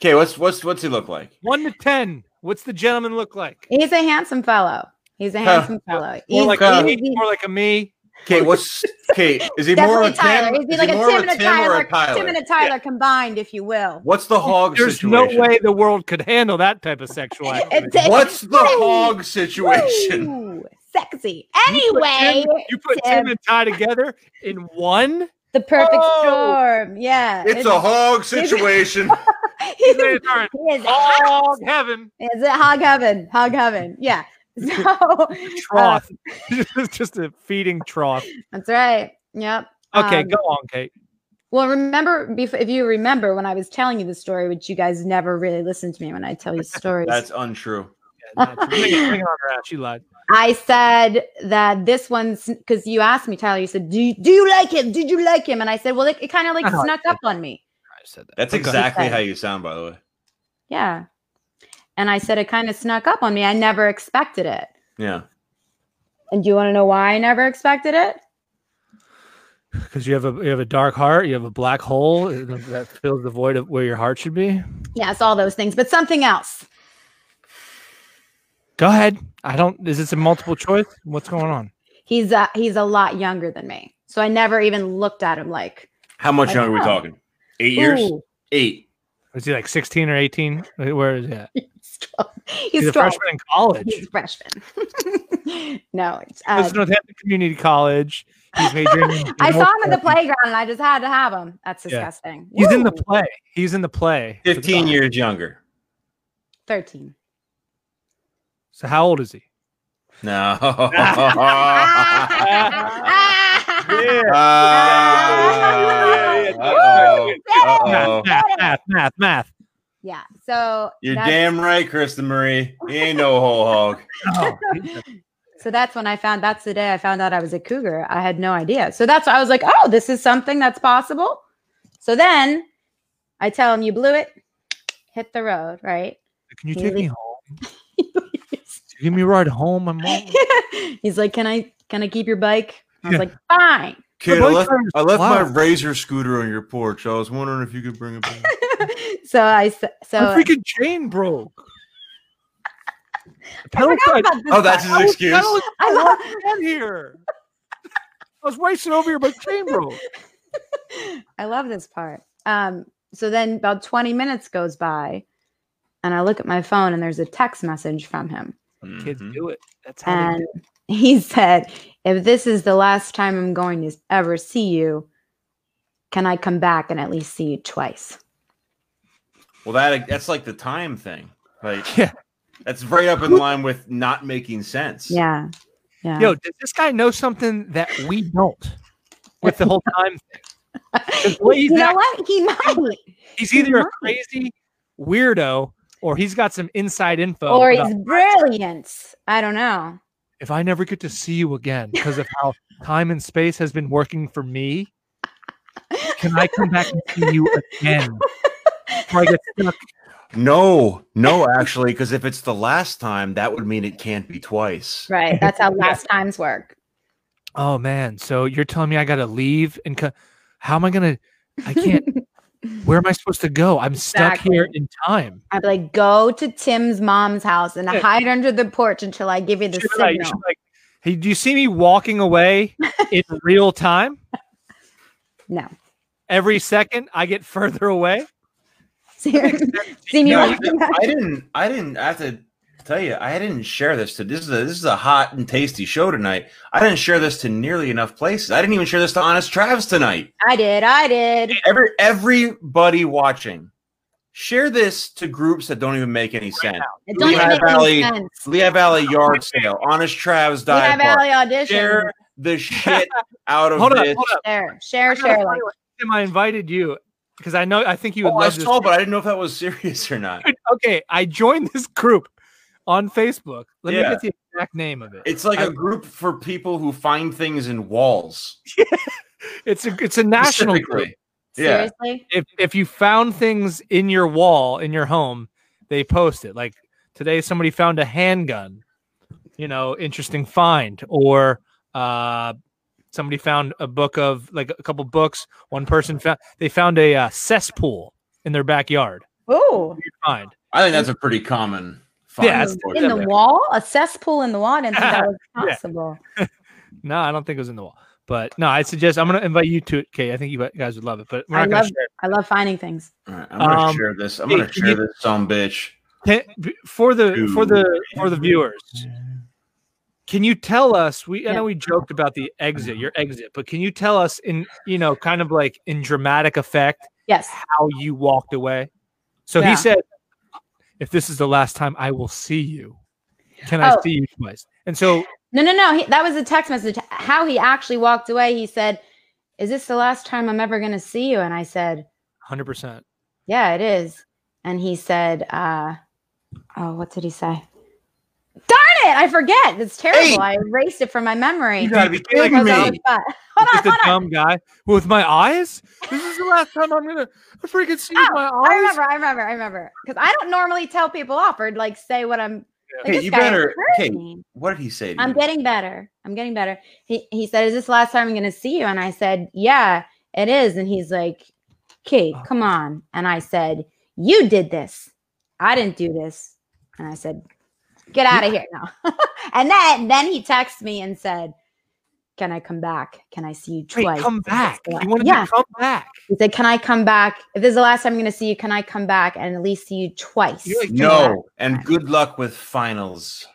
Speaker 2: Okay, what's what's what's he look like?
Speaker 1: One to ten. What's the gentleman look like?
Speaker 3: He's a handsome fellow. He's a
Speaker 2: Huh.
Speaker 3: handsome fellow.
Speaker 1: More
Speaker 3: He's-
Speaker 1: like
Speaker 2: uh,
Speaker 1: a me.
Speaker 3: he's-
Speaker 1: More like a me.
Speaker 2: Kate, what's Kate? Is he more
Speaker 3: Definitely
Speaker 2: of a
Speaker 3: Tyler.
Speaker 2: Tim?
Speaker 3: He's
Speaker 2: Is
Speaker 3: like
Speaker 2: he
Speaker 3: a
Speaker 2: more of
Speaker 3: Tim and a Tyler, Tim and a Tyler combined, if you will.
Speaker 2: What's the hog
Speaker 1: There's
Speaker 2: situation?
Speaker 1: no way the world could handle that type of sexual activity.
Speaker 3: It's-
Speaker 2: What's the
Speaker 3: Hey!
Speaker 2: hog situation?
Speaker 3: Ooh, sexy.
Speaker 1: You put
Speaker 3: Anyway,
Speaker 1: Tim- you put Tim
Speaker 3: Tim.
Speaker 1: and Ty together in one.
Speaker 3: the perfect
Speaker 1: Oh!
Speaker 3: storm. Yeah,
Speaker 2: It's a hog situation.
Speaker 3: He's,
Speaker 1: Wait, sorry.
Speaker 3: he's,
Speaker 1: Oh heaven
Speaker 3: Is it hog heaven? Hog heaven. Yeah. So
Speaker 1: trough. It's just a feeding trough.
Speaker 3: that's right. Yep.
Speaker 1: Okay,
Speaker 3: Um,
Speaker 1: go on, Kate.
Speaker 3: Well, remember bef- if you remember when I was telling you the story, which you guys never really listen to me when I tell you stories.
Speaker 2: That's untrue.
Speaker 1: Yeah, no, bring it- bring it on her out. She lied.
Speaker 3: I said that this one's because you asked me, Tyler. You said, "Do you, do you like him? Did you like him?" And I said, "Well, it, it kind of like
Speaker 1: Uh-huh.
Speaker 3: snuck up on me."
Speaker 1: I said that.
Speaker 2: That's
Speaker 1: Okay.
Speaker 2: exactly how you sound, by the way.
Speaker 3: Yeah. And I said it kind of snuck up on me. I never expected it.
Speaker 2: Yeah.
Speaker 3: And do you want to know why I never expected it?
Speaker 1: Because you have a you have a dark heart, you have a black hole uh, that fills the void of where your heart should be.
Speaker 3: Yes, all those things, but something else.
Speaker 1: Go ahead. I don't. Is this a multiple choice? What's going on?
Speaker 3: He's uh, he's a lot younger than me, so I never even looked at him like
Speaker 2: How much
Speaker 3: I
Speaker 2: younger are we
Speaker 3: know.
Speaker 2: talking? Eight years?
Speaker 3: "Ooh,
Speaker 2: Eight.
Speaker 1: Was he like 16 or 18? Where is he at?
Speaker 3: He's 12. He's,
Speaker 1: He's, a
Speaker 3: 12.
Speaker 1: freshman in college.
Speaker 3: He's a freshman. no,
Speaker 1: This
Speaker 3: it's, uh,
Speaker 1: is Northampton Community College. He's majoring. in-
Speaker 3: I saw him in the playground and I just had to have him. That's
Speaker 1: Yeah.
Speaker 3: disgusting.
Speaker 1: He's in the
Speaker 3: Woo!
Speaker 1: play. He's in the play. for the
Speaker 2: 15
Speaker 1: Dons.
Speaker 2: years younger.
Speaker 3: 13.
Speaker 1: So how old is he?
Speaker 2: No. Uh,
Speaker 1: Yeah.
Speaker 2: Uh-oh. Uh-oh.
Speaker 1: Math, math, math, math.
Speaker 3: yeah. So
Speaker 2: You're
Speaker 3: that's-
Speaker 2: damn right, Kristen Marie. He ain't no whole hog.
Speaker 1: Oh,
Speaker 3: So that's when I found that's the day I found out I was a cougar. I had no idea. So that's why I was like, oh, this is something that's possible. So then I tell him, you blew it, hit the road, right?
Speaker 1: can you
Speaker 3: He
Speaker 1: take me
Speaker 3: leaves.
Speaker 1: home? Give me a ride home. I'm home.
Speaker 3: He's like, can I can I keep your bike? I was
Speaker 1: Yeah.
Speaker 3: like, fine.
Speaker 2: Kid,
Speaker 1: The
Speaker 2: I
Speaker 1: bike
Speaker 2: left,
Speaker 1: ride's
Speaker 2: I left my
Speaker 1: wild.
Speaker 2: razor scooter on your porch. I was wondering if you could bring it back.
Speaker 3: so I s- so
Speaker 1: My freaking chain broke. The
Speaker 3: I
Speaker 1: pedal
Speaker 3: forgot
Speaker 1: tried
Speaker 3: about this
Speaker 2: Oh, that's
Speaker 3: part.
Speaker 2: his excuse.
Speaker 1: How was
Speaker 3: I love,
Speaker 1: I get here? I was racing over here, but chain broke.
Speaker 3: I love this part. Um, so then about 20 minutes goes by and I look at my phone and there's a text message from him.
Speaker 1: Kids
Speaker 2: Mhm.
Speaker 1: do it. That's how. They
Speaker 3: And he said, If this is the last time I'm going to ever see you, can I come back and at least see you twice?
Speaker 2: Well, that that's like the time thing. Like
Speaker 1: Yeah.
Speaker 2: that's right up in line with not making sense.
Speaker 3: Yeah. Yeah.
Speaker 1: Yo, does this guy know something that we don't? With the whole time, thing? the way he's
Speaker 3: you know
Speaker 1: acting-
Speaker 3: what? He might.
Speaker 1: he's either a
Speaker 3: Right.
Speaker 1: crazy weirdo or he's got some inside info.
Speaker 3: Or
Speaker 1: about-
Speaker 3: he's brilliant. I don't know.
Speaker 1: if I never get to see you again because of how time and space has been working for me, can I come back and see you again? Before I get stuck.
Speaker 2: No, no, actually, because if it's the last time, that would mean it can't be twice.
Speaker 3: Right. That's how last times work.
Speaker 1: Oh man, so you're telling me I gotta leave and co- how am I gonna? I can't. Where am I supposed to go? I'm stuck here
Speaker 3: Exactly.
Speaker 1: in time.
Speaker 3: I'd be like, go to Tim's mom's house and
Speaker 1: Yeah.
Speaker 3: hide under the porch until I give you the
Speaker 1: Should I-
Speaker 3: signal.
Speaker 1: should I- hey, do you see me walking away in real time?
Speaker 3: No.
Speaker 1: Every second I get further away.
Speaker 3: Seriously. See me
Speaker 2: No, I,
Speaker 3: walking
Speaker 2: didn't,
Speaker 3: back.
Speaker 2: I didn't. I didn't. I have to tell you, I didn't share this to. This is a this is a hot and tasty show tonight. I didn't share this to nearly enough places. I didn't even share this to Honest Travis tonight.
Speaker 3: I did. I did.
Speaker 2: Every everybody watching, share this to groups that don't even make any sense.
Speaker 3: It don't even
Speaker 2: Lehigh
Speaker 3: make any
Speaker 2: Valley-
Speaker 3: sense.
Speaker 2: Lehigh Valley Yard Sale, Honest Travis
Speaker 3: Lehigh
Speaker 2: Dive Bar.
Speaker 3: Valley audition.
Speaker 2: Share the shit out of
Speaker 1: Hold up,
Speaker 2: this.
Speaker 1: hold up. I
Speaker 3: Share, share,
Speaker 1: gotta
Speaker 3: share.
Speaker 1: find
Speaker 3: Like,
Speaker 1: one. Tim, I invited you because I know I think you would
Speaker 2: Oh, I
Speaker 1: love this.
Speaker 2: saw, but I didn't know if that was serious or not.
Speaker 1: Okay, I joined this group on Facebook. Let
Speaker 2: Yeah.
Speaker 1: me get the exact name of it.
Speaker 2: It's like
Speaker 1: I-
Speaker 2: a group for people who find things in walls.
Speaker 1: It's a it's a national group.
Speaker 2: Specifically. Yeah.
Speaker 3: seriously,
Speaker 1: If if you found things in your wall in your home, they post it. Like today, somebody found a handgun. You know, interesting find or. uh Somebody found a book of like a couple books. One person found they found a uh, cesspool in their backyard.
Speaker 3: ooh,
Speaker 1: Weird find.
Speaker 2: I think that's a pretty common. find,
Speaker 1: Yeah, it's-
Speaker 3: in the
Speaker 2: unfortunately.
Speaker 3: wall, a cesspool in the wall. I didn't think that was
Speaker 1: Yeah.
Speaker 3: possible.
Speaker 1: No, I don't think it was in the wall. But no, I suggest I'm going to invite you to it, Kay. I think you guys would love it. But we're
Speaker 3: I
Speaker 1: not going
Speaker 3: love,
Speaker 1: to share
Speaker 3: I love finding things.
Speaker 2: All right, I'm gonna
Speaker 1: Um,
Speaker 2: share this. I'm
Speaker 1: hey,
Speaker 2: gonna
Speaker 1: can
Speaker 2: share
Speaker 1: you-
Speaker 2: this some bitch.
Speaker 1: it. Can- b- for the for the for the
Speaker 2: Dude.
Speaker 1: viewers. Can you tell us? We I
Speaker 3: Yeah.
Speaker 1: know we joked about the exit, your exit, but can you tell us in you know kind of like in dramatic effect
Speaker 3: Yes,
Speaker 1: how you walked away? So
Speaker 3: Yeah.
Speaker 1: he said, "If this is the last time I will see you, can I
Speaker 3: Oh.
Speaker 1: see you twice?" And so
Speaker 3: no, no, no. He, that was a text message. How he actually walked away. He said, "Is this the last time I'm ever going to see you?" And I said,
Speaker 1: 100. percent
Speaker 3: "Yeah, it is." And he said, uh, "Oh, what did he say?" Darn it! I forget. It's terrible. I erased it from my memory.
Speaker 2: You gotta be
Speaker 3: That
Speaker 2: kidding
Speaker 3: was all
Speaker 2: me.
Speaker 3: spot. Hold on,
Speaker 1: Just a
Speaker 3: hold on.
Speaker 1: dumb guy with my eyes. This is the last time I'm gonna freaking see you with
Speaker 3: Oh,
Speaker 1: my eyes.
Speaker 3: I remember, I remember, I remember. Because I don't normally tell people off or like say what I'm. Like,
Speaker 2: Hey,
Speaker 3: this
Speaker 2: you
Speaker 3: guy
Speaker 2: better.
Speaker 3: hurt
Speaker 2: Hey,
Speaker 3: me.
Speaker 2: what did he say? To
Speaker 3: I'm
Speaker 2: you?
Speaker 3: getting better. I'm getting better. He he said, "Is this the last time I'm going to see you?" And I said, "Yeah, it is." And he's like, "Kate, come on." And I said, "You did this. I didn't do this." And I said, "Get out of here now." and then then he texted me and said, Can I come back? Can I see you
Speaker 1: Wait,
Speaker 3: twice?
Speaker 1: come back.
Speaker 3: Yeah.
Speaker 1: You wanted
Speaker 3: Yeah.
Speaker 1: to come back.
Speaker 3: He said, Can I come back? If this is the last time I'm going to see you, can I come back and at least see you twice?
Speaker 1: You're like,
Speaker 2: No, and good luck with finals.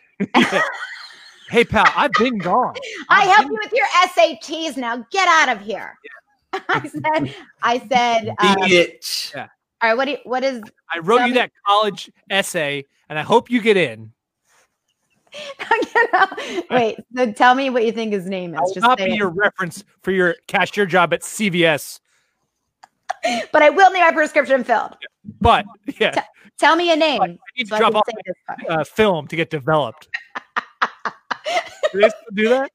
Speaker 1: Hey, pal, I've been gone.
Speaker 3: I help you with your SATs now. Get out of here. I said, I said, um,
Speaker 2: Beat it.
Speaker 3: all right, what, do you, what is,
Speaker 1: I wrote
Speaker 3: Dummy.
Speaker 1: you that college essay, and I hope you get in.
Speaker 3: Get out. wait, so tell me what you think his name
Speaker 1: I
Speaker 3: is.
Speaker 1: will
Speaker 3: Just
Speaker 1: not
Speaker 3: say
Speaker 1: be
Speaker 3: it.
Speaker 1: your reference for your cashier job at CVS.
Speaker 3: but I will need my prescription filled.
Speaker 1: But yeah, I
Speaker 3: Tell me a name.
Speaker 1: need to
Speaker 3: so I
Speaker 1: drop
Speaker 3: can
Speaker 1: off
Speaker 3: say this part.
Speaker 1: uh, film to get developed. do they still do that?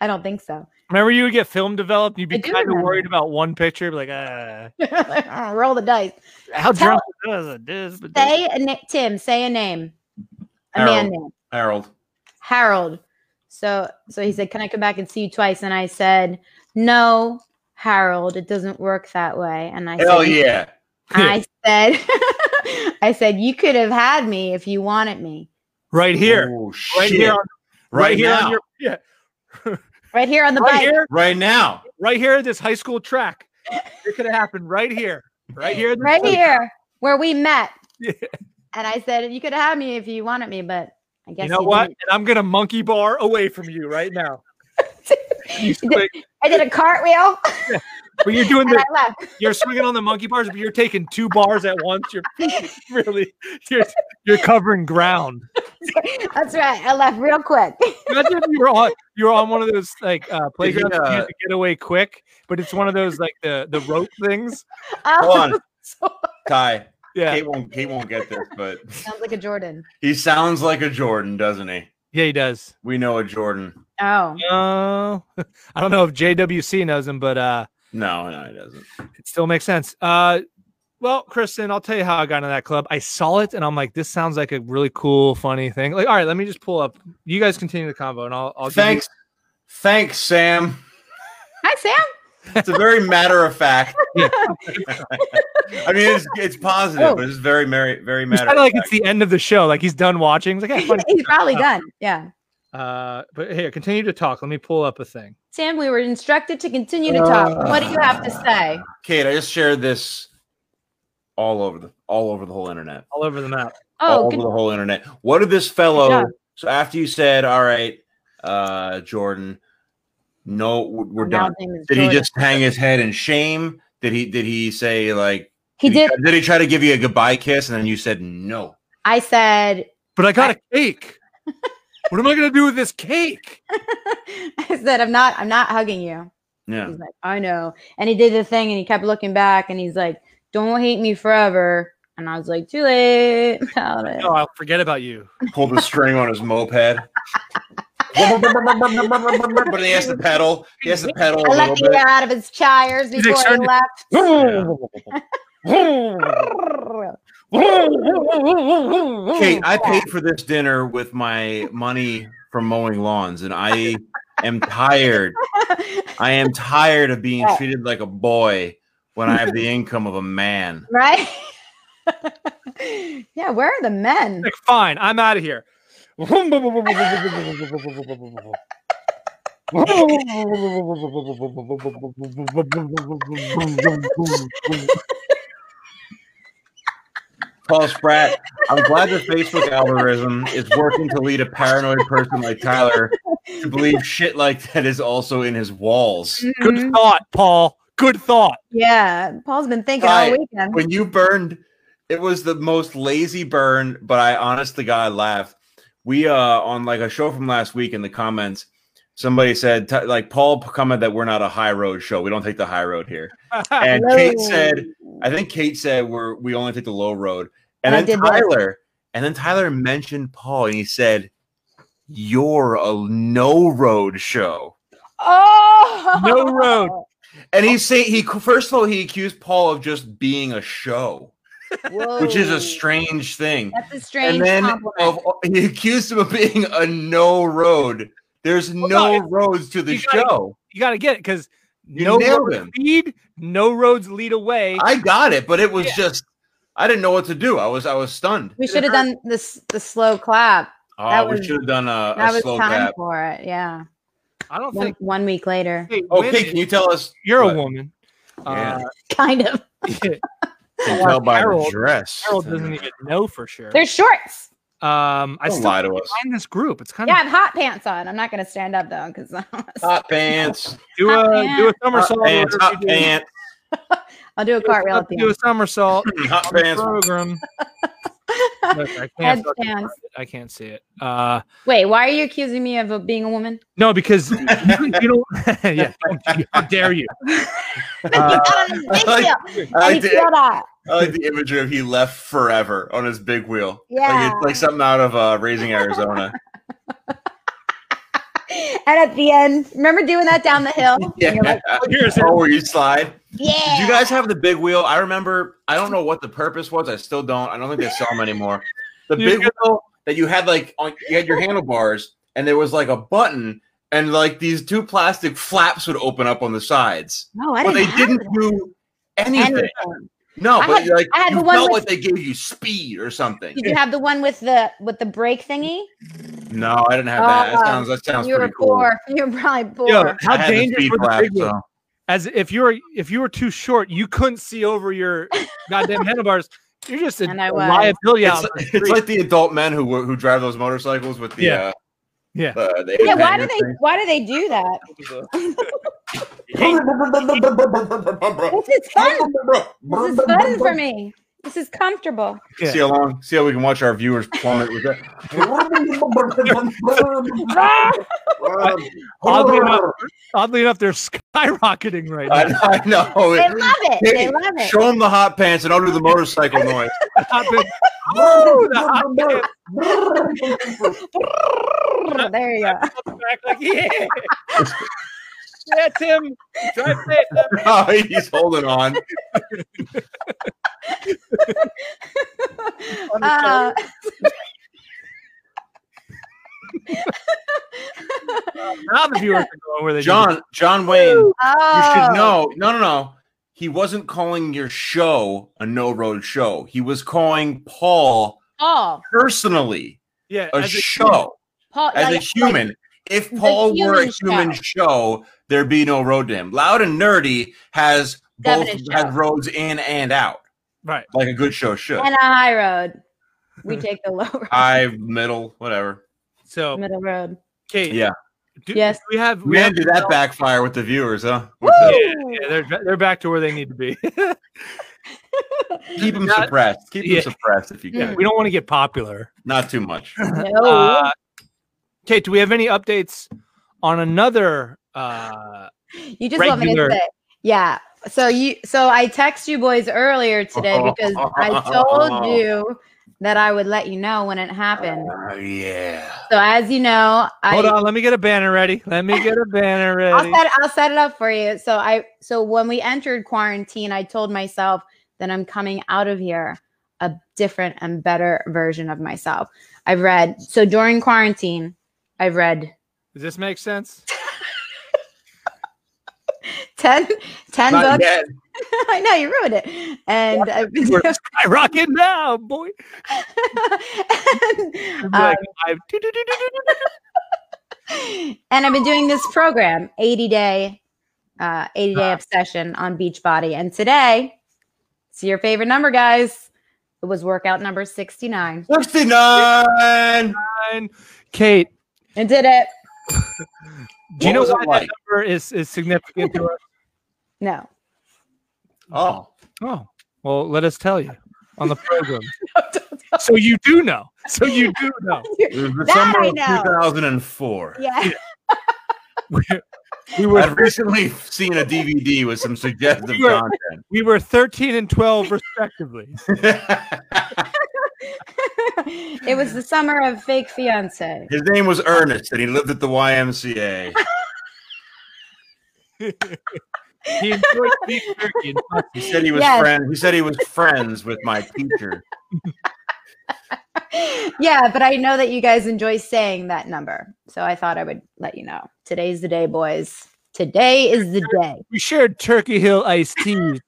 Speaker 3: I don't think so.
Speaker 1: Remember, you would get film developed. You'd
Speaker 3: I
Speaker 1: be
Speaker 3: do
Speaker 1: kind of
Speaker 3: remember.
Speaker 1: worried about one picture, be like, uh,
Speaker 3: Oh, Roll the dice.
Speaker 1: how
Speaker 3: Tell-
Speaker 1: drunk was it? This, but this.
Speaker 3: Say a na- Tim. Say a name. A man
Speaker 2: Harold.
Speaker 3: name.
Speaker 2: Harold.
Speaker 3: Harold. So so he said, "Can I come back and see you twice?" And I said, "No, Harold. It doesn't work that way." And I
Speaker 2: Hell
Speaker 3: said,
Speaker 2: yeah.
Speaker 3: I said, I said, you could have had me if you wanted me.
Speaker 1: right here,
Speaker 2: Oh,
Speaker 1: right
Speaker 2: shit.
Speaker 1: here, on,
Speaker 2: Right,
Speaker 1: right, here
Speaker 2: now.
Speaker 1: on your, yeah,
Speaker 3: Right here on the
Speaker 1: right
Speaker 3: bike.
Speaker 1: here,
Speaker 2: right now.
Speaker 1: right here at this high school track. It could have happened right here, right here, at this
Speaker 3: right
Speaker 1: place.
Speaker 3: here where we met.
Speaker 1: Yeah.
Speaker 3: And I said, you could have had me if you wanted me, but I guess
Speaker 1: You know what? And I'm gonna monkey bar away from you right now. You
Speaker 3: didn't.
Speaker 1: swing-
Speaker 3: I did a cartwheel
Speaker 1: but you're doing
Speaker 3: and
Speaker 1: the
Speaker 3: I left.
Speaker 1: you're swinging on the monkey bars, but you're taking two bars at once. You're really you're you're covering ground.
Speaker 3: That's right. I left real quick.
Speaker 1: Imagine if you were on you were on one of those like uh, playgrounds that you
Speaker 2: uh,
Speaker 1: have to get away quick, but it's one of those like the the rope things.
Speaker 3: Oh,
Speaker 2: Hold on, Ty.
Speaker 1: Yeah,
Speaker 2: Kate won't Kate won't get this, but
Speaker 3: Sounds like a Jordan.
Speaker 2: he sounds like a Jordan, doesn't he?
Speaker 1: yeah, he does.
Speaker 2: We know a Jordan.
Speaker 3: Oh,
Speaker 1: Uh, I don't know if JWC knows him, but uh,
Speaker 2: No, no, he doesn't.
Speaker 1: it still makes sense. Uh, well, Kristen, I'll tell you how I got into that club. I saw it and I'm like, this sounds like a really cool, funny thing. Like, all right, let me just pull up. You guys continue the convo, and I'll. I'll give you-
Speaker 2: Thanks. Thanks, Sam.
Speaker 3: hi Sam.
Speaker 2: It's a very matter of fact. I mean, it's, it's positive, but it's very, very, very
Speaker 1: It's
Speaker 3: Oh.
Speaker 2: matter
Speaker 1: kind of
Speaker 2: of
Speaker 1: like
Speaker 2: fact.
Speaker 1: it's the end of the show. Like he's done watching. He's like, hey, fun.
Speaker 3: He's probably done. Yeah.
Speaker 1: uh, but here, continue to talk. Let me pull up a thing.
Speaker 3: Sam, we were instructed to continue to talk. What do you have
Speaker 2: Ah.
Speaker 3: to say?
Speaker 2: Kate, I just shared this all over the all over the whole internet.
Speaker 1: All over the map.
Speaker 2: all
Speaker 3: Oh,
Speaker 2: over
Speaker 3: good-
Speaker 2: the whole internet. What did this
Speaker 3: Good
Speaker 2: fellow?
Speaker 3: job.
Speaker 2: So after you said, "All right, uh, Jordan, no, w- we're
Speaker 3: now
Speaker 2: done."
Speaker 3: his name is
Speaker 2: Did he
Speaker 3: Jordan.
Speaker 2: just hang his head in shame? Did he? Did he say like?
Speaker 3: He did.
Speaker 2: Did he try to give you a goodbye kiss and then you said no?
Speaker 3: I said,
Speaker 1: But I got a cake. what am I gonna do with this cake?
Speaker 3: I said, I'm not, I'm not hugging you.
Speaker 2: Yeah.
Speaker 3: He's like, I know. And he did the thing and he kept looking back and he's like, Don't hate me forever. And I was like, Too late. About it.
Speaker 1: Oh, I'll forget about you.
Speaker 2: Pulled the string on his moped. but he has to pedal. He has to pedal a
Speaker 3: I let
Speaker 2: little
Speaker 3: the
Speaker 2: bit.
Speaker 3: air out of his tires
Speaker 1: He's
Speaker 3: before he
Speaker 1: excited.
Speaker 3: left.
Speaker 2: Kate, I paid for this dinner with my money from mowing lawns, and I am tired. I am tired of being
Speaker 3: Right.
Speaker 2: treated like a boy when I have the income of a man.
Speaker 3: right? yeah, where are the men?
Speaker 1: Like, fine, I'm out of here.
Speaker 2: Paul Spratt, I'm glad the Facebook algorithm is working to lead a paranoid person like Tyler to believe shit like that is also in his walls.
Speaker 1: Good thought, Paul. Good thought.
Speaker 3: Mm-hmm. Yeah, Paul's been thinking all
Speaker 2: Right.
Speaker 3: weekend.
Speaker 2: When you burned, it was the most lazy burn, but I honest to God laughed. We uh on like a show from last week in the comments, somebody said t- like Paul commented that we're not a high road show. We don't take the high road here. And Kate said I think Kate said we're we only take the low road. And,
Speaker 3: And I
Speaker 2: then
Speaker 3: did that.
Speaker 2: Tyler, and then Tyler mentioned Paul and he said, You're a no road show.
Speaker 3: Oh
Speaker 1: No road.
Speaker 2: And he say he first of all, he accused Paul of just being a show, which is
Speaker 3: Whoa.
Speaker 2: a strange thing.
Speaker 3: Oh. That's a strange
Speaker 2: And then
Speaker 3: compliment.
Speaker 2: of, he accused him of being a no road. There's
Speaker 1: Well, no,
Speaker 2: no
Speaker 1: it's-
Speaker 2: roads to the
Speaker 1: you gotta-
Speaker 2: show.
Speaker 1: You got to get it because
Speaker 2: You
Speaker 1: no
Speaker 2: nailed
Speaker 1: roads
Speaker 2: him.
Speaker 1: lead, no roads lead away.
Speaker 2: I got it, but it was just I didn't know what to do. I was I was stunned.
Speaker 3: we should have done this the slow clap.
Speaker 2: Oh,
Speaker 3: That
Speaker 2: we
Speaker 3: was-
Speaker 2: should have done a,
Speaker 3: That
Speaker 2: a
Speaker 3: was
Speaker 2: slow
Speaker 3: time
Speaker 2: clap.
Speaker 3: for it. Yeah.
Speaker 1: I don't
Speaker 3: one,
Speaker 1: think.
Speaker 3: one week later.
Speaker 1: Hey,
Speaker 2: Oh,
Speaker 1: women-
Speaker 2: Kate, can you tell us?
Speaker 1: you're
Speaker 2: what?
Speaker 1: a woman.
Speaker 2: Yeah.
Speaker 3: Kind of.
Speaker 1: Uh,
Speaker 2: Can tell by
Speaker 1: Harold-
Speaker 2: her dress.
Speaker 1: Harold doesn't even know for sure.
Speaker 3: They're shorts.
Speaker 1: Um, I
Speaker 2: Don't
Speaker 1: still
Speaker 2: lie to us.
Speaker 1: find this group. It's kind
Speaker 3: Yeah, I
Speaker 1: of
Speaker 3: have hot pants on. I'm not going to stand up though because
Speaker 2: Hot pants.
Speaker 1: do
Speaker 3: hot
Speaker 1: a do a
Speaker 3: pants.
Speaker 1: somersault.
Speaker 2: Hot pants.
Speaker 1: whatever
Speaker 2: Hot
Speaker 1: you do.
Speaker 2: pants.
Speaker 3: I'll do a
Speaker 1: Do a-
Speaker 3: cartwheel at the
Speaker 1: Do a
Speaker 3: end.
Speaker 1: somersault.
Speaker 2: Hot
Speaker 1: on the
Speaker 2: pants.
Speaker 1: program. Look, I can't. fucking find
Speaker 3: Headstands.
Speaker 1: it. I can't see it. Uh,
Speaker 3: Wait, why are you accusing me of uh, being a woman?
Speaker 1: no, because you, you don't. yeah, how dare you? Uh,
Speaker 3: I don't even think
Speaker 2: I
Speaker 3: so. I
Speaker 2: I
Speaker 3: didn't
Speaker 2: did-
Speaker 3: feel that.
Speaker 2: I like the imagery of he left forever on his big wheel.
Speaker 3: Yeah.
Speaker 2: Like, it's like something out of uh, Raising Arizona.
Speaker 3: And at the end, remember doing that down the hill? And
Speaker 2: yeah.
Speaker 3: you're like,
Speaker 1: Here's
Speaker 2: oh, where you slide. Did
Speaker 3: yeah.
Speaker 2: you guys have the big wheel? I remember. I don't know what the purpose was. I still don't. I don't think they sell them anymore. The
Speaker 1: You
Speaker 2: big wheel that you had like on you had your handlebars, and there was like a button, and like these two plastic flaps would open up on the sides,
Speaker 3: no, I
Speaker 2: but
Speaker 3: didn't.
Speaker 2: they
Speaker 3: have
Speaker 2: didn't do anything.
Speaker 3: anything.
Speaker 2: No,
Speaker 3: I
Speaker 2: but
Speaker 3: had-
Speaker 2: like
Speaker 3: I had
Speaker 2: you
Speaker 3: the one
Speaker 2: felt
Speaker 3: with-
Speaker 2: like they gave you speed or something.
Speaker 3: Did you have the one with the with the brake thingy?
Speaker 2: No, I didn't have that.
Speaker 3: Oh,
Speaker 2: That sounds that sounds
Speaker 3: You were
Speaker 2: pretty cool.
Speaker 3: poor. You were probably poor.
Speaker 1: Yo, how
Speaker 2: I had the
Speaker 1: dangerous
Speaker 2: speed
Speaker 1: were the
Speaker 2: flap,
Speaker 1: big wheels?
Speaker 2: so-
Speaker 1: As if you were if you were too short, you couldn't see over your goddamn handlebars. You're just a,
Speaker 3: And I
Speaker 1: a
Speaker 3: was.
Speaker 1: liability out. on the
Speaker 2: It's, it's
Speaker 1: street.
Speaker 2: like the adult men who who drive those motorcycles with the
Speaker 1: Yeah.
Speaker 2: uh,
Speaker 1: Yeah.
Speaker 2: the- the
Speaker 3: yeah,
Speaker 2: eight
Speaker 3: why
Speaker 2: hanger
Speaker 3: do they
Speaker 2: thing.
Speaker 3: why do they do that? This is fun.
Speaker 2: Oh,
Speaker 3: This is fun for
Speaker 2: See
Speaker 3: me. This is comfortable.
Speaker 1: Yeah.
Speaker 2: how long? See how we can watch our viewers plummet with that.
Speaker 1: Oddly enough, oddly enough, they're skyrocketing right
Speaker 2: I,
Speaker 1: now.
Speaker 2: I know.
Speaker 3: They love it. They love it.
Speaker 2: Show them the hot pants and I'll do the motorcycle noise.
Speaker 1: Woo, the hot pants
Speaker 3: Brrr, There you go.
Speaker 1: come back like, yeah. yeah, Tim, drive safe.
Speaker 2: Oh, he's holding on.
Speaker 3: Uh,
Speaker 1: Now the viewers are going where they need to
Speaker 2: John John Wayne. You
Speaker 3: oh,
Speaker 2: should know. No, no, no. He wasn't calling your show a no road show. He was calling Paul
Speaker 3: Paul.
Speaker 2: personally
Speaker 1: be. yeah,
Speaker 2: a
Speaker 1: as a
Speaker 2: show
Speaker 3: Paul
Speaker 2: as a
Speaker 3: like-
Speaker 2: human. if
Speaker 3: the
Speaker 2: Paul were a
Speaker 3: human
Speaker 2: human
Speaker 3: show.
Speaker 2: show. there'd be no road to him. Loud and nerdy has both
Speaker 3: Definite show.
Speaker 2: has roads in and out,
Speaker 1: Right.
Speaker 2: like a good show should.
Speaker 3: like- and a high road. We take the low road.
Speaker 2: High, middle, whatever.
Speaker 1: So,
Speaker 3: Middle road.
Speaker 1: Kate,
Speaker 2: Yeah.
Speaker 1: do,
Speaker 3: Yes.
Speaker 1: we have we
Speaker 2: Man,
Speaker 1: have-
Speaker 2: did that backfire with the viewers, huh?
Speaker 1: Yeah,
Speaker 3: Woo!
Speaker 1: yeah, they're they're back to where they need to be.
Speaker 2: Keep them
Speaker 1: Not-
Speaker 2: suppressed. Keep
Speaker 1: Yeah.
Speaker 2: them suppressed if you
Speaker 3: Mm.
Speaker 2: can.
Speaker 1: yeah, we don't want to get popular.
Speaker 2: Not too much.
Speaker 3: No.
Speaker 1: Uh, Kate, do we have any updates on another? Uh,
Speaker 3: you just want me to
Speaker 1: regular-
Speaker 3: say. Yeah. So you so I text you boys earlier today because I told you that I would let you know when it happened.
Speaker 2: Oh, yeah.
Speaker 3: So as you know,
Speaker 1: hold
Speaker 3: I
Speaker 1: on, let me get a banner ready. Let me get a banner
Speaker 3: I'll
Speaker 1: ready.
Speaker 3: set, I'll set it up for you. So I so when we entered quarantine, I told myself that I'm coming out of here a different and better version of myself. I've read so during quarantine, I've read
Speaker 1: Does this make sense?
Speaker 3: 10, 10
Speaker 2: Not
Speaker 3: books.
Speaker 2: yet.
Speaker 3: I know you ruined it. And I've been
Speaker 1: We're skyrocketing now, boy.
Speaker 3: and,
Speaker 1: Like,
Speaker 3: um,
Speaker 1: I've-
Speaker 3: and I've been doing this program, 80 day, uh, 80 day obsession on Beachbody. And today, it's your favorite number, guys. It was workout number 69.
Speaker 2: 69.
Speaker 1: Kate,
Speaker 3: I did it.
Speaker 1: do you know
Speaker 2: was it
Speaker 1: why
Speaker 2: like?
Speaker 1: that number is, is significant to us?
Speaker 3: No.
Speaker 2: Oh,
Speaker 1: Oh, well, let us tell you on the program. so you do know. So you do know.
Speaker 2: it was the
Speaker 3: That
Speaker 2: summer
Speaker 3: I
Speaker 2: of
Speaker 3: know.
Speaker 2: 2004.
Speaker 3: Yeah.
Speaker 1: We, we
Speaker 2: I've
Speaker 1: were
Speaker 2: recently seen a DVD with some suggestive
Speaker 1: You were-
Speaker 2: content.
Speaker 1: we were 13 and 12 respectively.
Speaker 3: it was the summer of fake fiance.
Speaker 2: His name was Ernest, and he lived at the YMCA.
Speaker 1: He enjoyed beef jerky and
Speaker 2: He
Speaker 1: pussy.
Speaker 2: said he was
Speaker 3: Yes.
Speaker 2: friend. He said he was friends with my teacher.
Speaker 3: yeah, but I know that you guys enjoy saying that number. So I thought I would let you know. Today's the day, boys. Today is the day.
Speaker 1: We shared Turkey Hill iced tea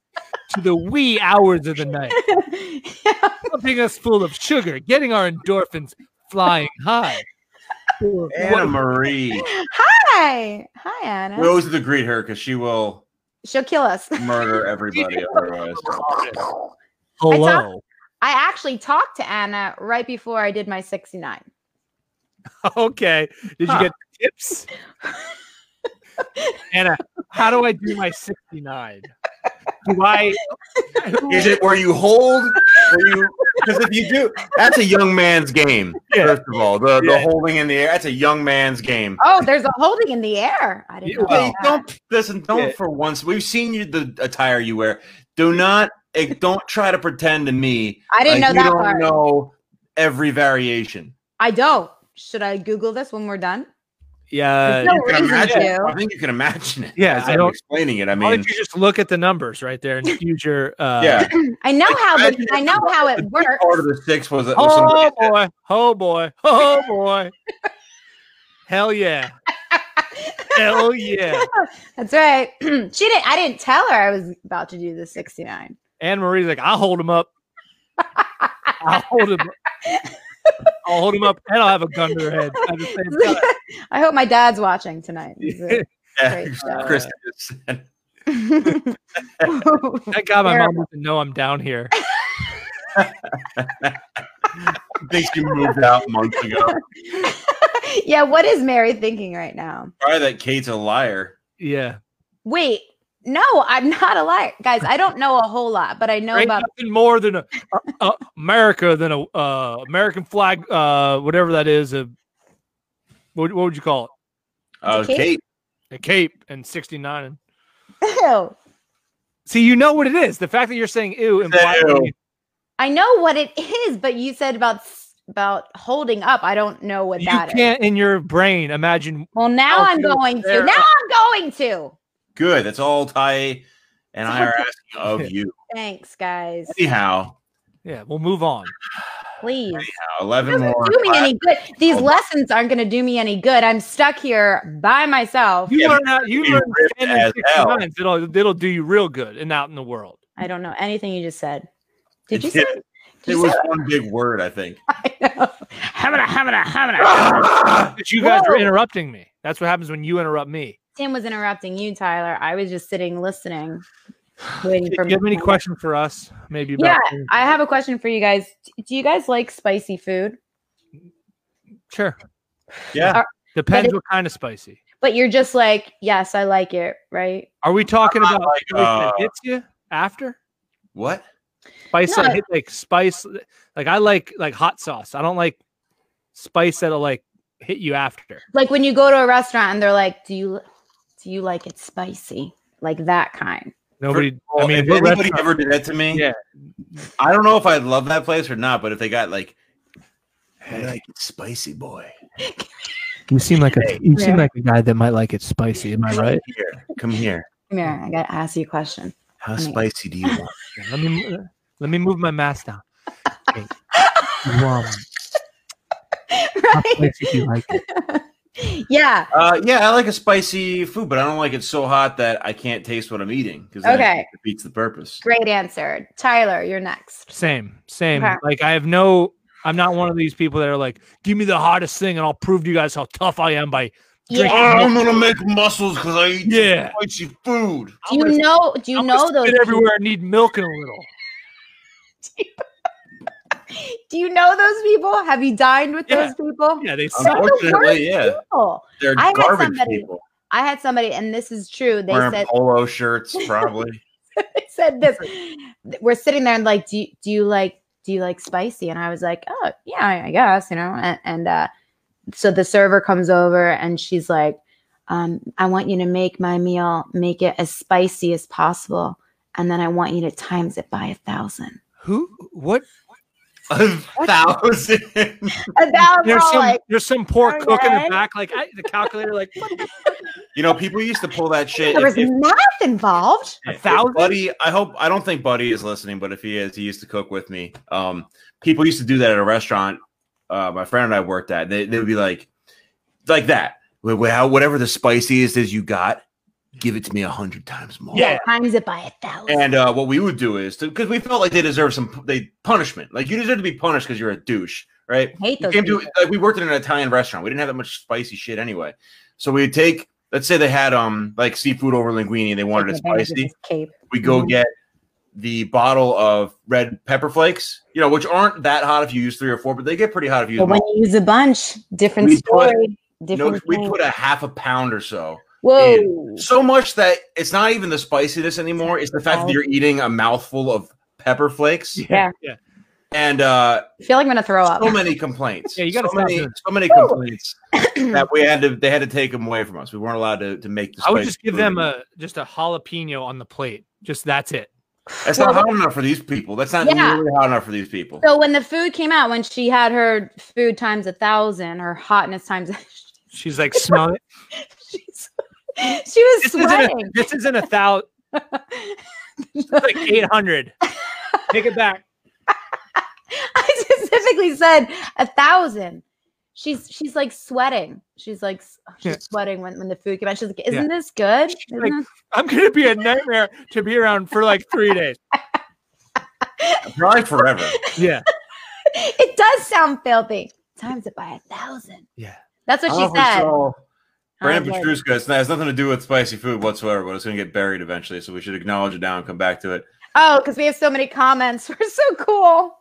Speaker 1: to the wee hours of the night, pumping us full of sugar, getting our endorphins flying high.
Speaker 2: Anna Marie.
Speaker 3: Hi. Hi, Anna.
Speaker 2: We always have to greet her because she will
Speaker 3: She'll kill us.
Speaker 2: murder everybody otherwise.
Speaker 1: Hello.
Speaker 3: I actually talked to Anna right before I did my 69.
Speaker 1: Okay. Did
Speaker 2: Huh.
Speaker 1: you get tips? Anna, how do I do my 69? Do I
Speaker 2: Is it where you hold? Where you? Because if you do, that's a young man's game.
Speaker 1: Yeah.
Speaker 2: First of all, the, the
Speaker 1: Yeah.
Speaker 2: holding in the air—that's a young man's game.
Speaker 3: Oh, there's a holding in the air. I didn't
Speaker 1: Yeah,
Speaker 3: know.
Speaker 1: well,
Speaker 2: Hey,
Speaker 3: about that.
Speaker 2: don't listen. Don't
Speaker 1: Yeah.
Speaker 2: for once. We've seen you the attire you wear. Do not. eh, Don't try to pretend to me.
Speaker 3: I didn't
Speaker 2: like
Speaker 3: know that
Speaker 2: you don't
Speaker 3: part.
Speaker 2: know every variation.
Speaker 3: I don't. Should I Google this when we're done?
Speaker 1: yeah.
Speaker 3: There's no
Speaker 1: you-
Speaker 2: Uh, You can
Speaker 3: reason
Speaker 2: imagine it.
Speaker 3: to.
Speaker 2: I think you can imagine it.
Speaker 1: Yeah,
Speaker 2: as
Speaker 1: I
Speaker 2: I'm
Speaker 1: don't-
Speaker 2: explaining it. I
Speaker 1: Why
Speaker 2: mean,
Speaker 1: don't you just look at the numbers right there and use your uh
Speaker 2: yeah.
Speaker 3: I know how the,
Speaker 2: Imagine
Speaker 3: I know how
Speaker 2: The
Speaker 3: it
Speaker 2: big
Speaker 3: works.
Speaker 2: Part of the six was, was somebody
Speaker 1: Oh
Speaker 2: that-
Speaker 1: boy. Oh boy. Oh boy. Hell yeah. Hell yeah.
Speaker 3: That's right. she didn't I didn't tell her I was about to do the 69.
Speaker 1: Anne Marie's like, I'll hold him up. I'll hold him. I'll hold him up, and I'll have a gun to their head. at the same time.
Speaker 3: I hope my dad's watching tonight.
Speaker 2: yeah,
Speaker 3: Great job.
Speaker 2: Chris just said.
Speaker 1: Thank God my mom doesn't know I'm down here.
Speaker 2: thinks you moved out months ago.
Speaker 3: yeah, what is Mary thinking right now?
Speaker 2: Probably that Kate's a liar.
Speaker 1: Yeah,
Speaker 3: Wait, no, I'm not a liar. Guys, I don't know a whole lot, but I know
Speaker 1: Ain't
Speaker 3: about
Speaker 1: nothing more than a, a- a America than a uh, American flag, uh, whatever that is. A what, what would you call
Speaker 2: Uh,
Speaker 3: Kate?
Speaker 1: it?
Speaker 2: Kate?
Speaker 1: A cape and 69. And,
Speaker 3: Ew.
Speaker 1: see, you know what it is. The fact that you're saying ew implies
Speaker 2: Ew.
Speaker 3: I know what it is, but you said about s- about holding up. I don't know what
Speaker 1: you
Speaker 3: that is.
Speaker 1: can't in your brain imagine.
Speaker 3: Well, now
Speaker 1: Oh,
Speaker 3: I'm
Speaker 1: dude,
Speaker 3: going to.
Speaker 1: there-
Speaker 3: Now I'm going to.
Speaker 2: Good. That's all Ty and I are asking of you.
Speaker 3: Thanks, guys.
Speaker 2: Anyhow,
Speaker 1: Yeah, we'll move on.
Speaker 3: Please.
Speaker 2: now,
Speaker 3: It
Speaker 2: 11
Speaker 3: doesn't
Speaker 2: more.
Speaker 3: do me any good. These
Speaker 2: Oh.
Speaker 3: lessons aren't going to do me any good. I'm stuck here by myself.
Speaker 1: You
Speaker 2: Yeah,
Speaker 1: learn how you
Speaker 2: you
Speaker 1: learn
Speaker 2: ripped
Speaker 1: 10 and
Speaker 2: as hell.
Speaker 1: 69s, it'll it'll do you real good and out in the world.
Speaker 3: I don't know anything you just said. Did
Speaker 2: It
Speaker 3: you say?
Speaker 2: did.
Speaker 3: Did
Speaker 2: It
Speaker 3: you
Speaker 2: was
Speaker 3: say?
Speaker 2: one big word, I think.
Speaker 3: I know. Hamina, hamina, hamina.
Speaker 2: I
Speaker 1: But you guys are
Speaker 3: Whoa.
Speaker 1: interrupting me. That's what happens when you interrupt me.
Speaker 3: Tim was interrupting you, Tyler. I was just sitting listening, waiting
Speaker 1: Do
Speaker 3: for.
Speaker 1: you have any
Speaker 3: my-
Speaker 1: questions for us? Maybe
Speaker 3: Yeah,
Speaker 1: about
Speaker 3: I have a question for you guys. D- Do you guys like spicy food?
Speaker 1: sure.
Speaker 2: Yeah.
Speaker 3: Are-
Speaker 1: Depends
Speaker 3: Uh, it-
Speaker 1: what kind of spicy.
Speaker 3: But you're just like, yes, I like it, right?
Speaker 1: Are we talking
Speaker 2: not
Speaker 1: about
Speaker 2: like,
Speaker 1: spice that
Speaker 2: uh,
Speaker 1: hits you after?
Speaker 2: What?
Speaker 1: Spice
Speaker 3: No.
Speaker 1: that hit like spice like I like like hot sauce. I don't like spice that'll like hit you after.
Speaker 3: Like when you go to a restaurant and they're like, do you do you like it spicy? Like that kind.
Speaker 1: Nobody I
Speaker 2: Well,
Speaker 1: mean
Speaker 2: if
Speaker 1: what
Speaker 2: anybody
Speaker 1: restaurant-
Speaker 2: ever did that to me,
Speaker 1: Yeah.
Speaker 2: I don't know if I'd love that place or not, but if they got like, I like it spicy boy.
Speaker 1: you seem like a you
Speaker 3: Yeah.
Speaker 1: seem like a guy that might like it spicy, am I right?
Speaker 2: Here, come here.
Speaker 3: Come here, I gotta ask you a question.
Speaker 2: How
Speaker 3: Mm.
Speaker 2: spicy do you want?
Speaker 1: Yeah, Let me let me move my mask down. Okay. You, um, how
Speaker 3: right?
Speaker 1: spicy do you like it?
Speaker 3: Yeah.
Speaker 2: Uh, yeah, I like a spicy food, but I don't like it so hot that I can't taste what I'm eating because
Speaker 3: Okay.
Speaker 2: it defeats the purpose.
Speaker 3: Great answer. Tyler, you're next.
Speaker 1: Same, same.
Speaker 3: Okay.
Speaker 1: Like I have no. I'm not one of these people that are like, give me the hottest thing and I'll prove to you guys how tough I am by. Drink-
Speaker 3: Yeah.
Speaker 2: I'm gonna make muscles because I eat
Speaker 1: Yeah.
Speaker 2: spicy food.
Speaker 3: Do you know do you
Speaker 1: I'm
Speaker 3: know
Speaker 1: gonna
Speaker 3: those
Speaker 1: spit everywhere and need milk in a little.
Speaker 3: peop- Do you know those people? Have you dined with
Speaker 1: Yeah.
Speaker 3: those people?
Speaker 1: Yeah, they suck.
Speaker 2: Unfortunately, yeah,
Speaker 3: People.
Speaker 2: they're
Speaker 3: I had
Speaker 2: garbage
Speaker 3: somebody-
Speaker 2: people
Speaker 3: I had somebody, and this is true. They
Speaker 2: wearing
Speaker 3: said
Speaker 2: polo shirts, probably.
Speaker 3: they said this. We're sitting there and like, do you, do you like do you like spicy? And I was like, oh yeah, I- I guess you know. And, and uh, so the server comes over and she's like, um, I want you to make my meal, make it as spicy as possible, and then I want you to times it by a thousand.
Speaker 1: Who? What?
Speaker 2: A thousand.
Speaker 3: And now I'm
Speaker 1: There's
Speaker 3: all
Speaker 1: some.
Speaker 3: like,
Speaker 1: there's some poor cook in
Speaker 3: okay.
Speaker 1: the back. Like I, the calculator. Like what the-
Speaker 2: you know, people used to pull that shit.
Speaker 3: there
Speaker 2: if-
Speaker 3: was
Speaker 2: if-
Speaker 3: math involved.
Speaker 1: A
Speaker 2: if
Speaker 1: thousand?
Speaker 2: Buddy, I hope I don't think Buddy is listening, but if he is, he used to cook with me. Um, people used to do that at a restaurant. Uh, my friend and I worked at. They they would be like, like that. Wh- wh- how- Whatever the spiciest is you got, give it to me a hundred times more.
Speaker 1: Yeah.
Speaker 3: times it by a thousand.
Speaker 2: And uh, what we would do is because we felt like they deserved some they punishment. Like you deserve to be punished because you're a douche right?
Speaker 3: I hate
Speaker 2: We
Speaker 3: those.
Speaker 2: came to
Speaker 3: people.
Speaker 2: like we worked in an Italian restaurant. We didn't have that much spicy shit anyway. So we'd take, let's say they had um like seafood over linguine and they wanted it
Speaker 3: Taking advantage of
Speaker 2: spicy.
Speaker 3: this Cape.
Speaker 2: We go
Speaker 3: Mhm.
Speaker 2: get the bottle of red pepper flakes, you know, which aren't that hot if you use three or four, but they get pretty hot if you use
Speaker 3: But when
Speaker 2: more.
Speaker 3: you use a bunch, different
Speaker 2: We put-
Speaker 3: story.
Speaker 2: No,
Speaker 3: different.
Speaker 2: we
Speaker 3: thing.
Speaker 2: put a half a pound or so.
Speaker 3: Whoa.
Speaker 2: So much that it's not even the spiciness anymore. It's the fact that you're eating a mouthful of pepper flakes.
Speaker 3: Yeah.
Speaker 1: yeah.
Speaker 2: And uh,
Speaker 3: I feel like I'm gonna throw up.
Speaker 2: so many complaints.
Speaker 1: Yeah, you gotta
Speaker 2: so
Speaker 1: stop
Speaker 2: many,
Speaker 1: doing
Speaker 2: so many complaints that we had to. They had to take them away from us. We weren't allowed to, to make. The
Speaker 1: I would
Speaker 2: spicy
Speaker 1: just give
Speaker 2: food
Speaker 1: them
Speaker 2: anymore.
Speaker 1: a just a jalapeno on the plate. Just that's it.
Speaker 2: That's not hot enough for these people. That's not
Speaker 3: Yeah.
Speaker 2: nearly hot enough for these people.
Speaker 3: So when the food came out, when she had her food times a thousand, her hotness times,
Speaker 1: She's like, smell it.
Speaker 3: she's, she was
Speaker 1: This isn't, a,
Speaker 3: sweating.
Speaker 1: this isn't a thousand. It's like eight hundred. Take it back.
Speaker 3: I specifically said a thousand. She's she's like sweating. She's like s- she's
Speaker 1: Yeah.
Speaker 3: sweating when, when the food came out. She's like,
Speaker 1: Yeah.
Speaker 3: isn't this good?
Speaker 1: She's
Speaker 3: Isn't
Speaker 1: like-
Speaker 3: this-"
Speaker 1: I'm gonna be a nightmare to be around for like three days.
Speaker 2: Probably forever.
Speaker 1: Yeah,
Speaker 3: it does sound filthy. Times it by a thousand.
Speaker 1: yeah.
Speaker 3: That's what
Speaker 2: I
Speaker 3: she
Speaker 2: don't know if we
Speaker 3: said.
Speaker 2: saw
Speaker 3: I
Speaker 2: Brandon
Speaker 3: was like,
Speaker 2: Petruska. It's not, it has nothing to do with spicy food whatsoever, but it's going to get buried eventually. So we should acknowledge it now and come back to it.
Speaker 3: oh, because we have so many comments. We're so cool.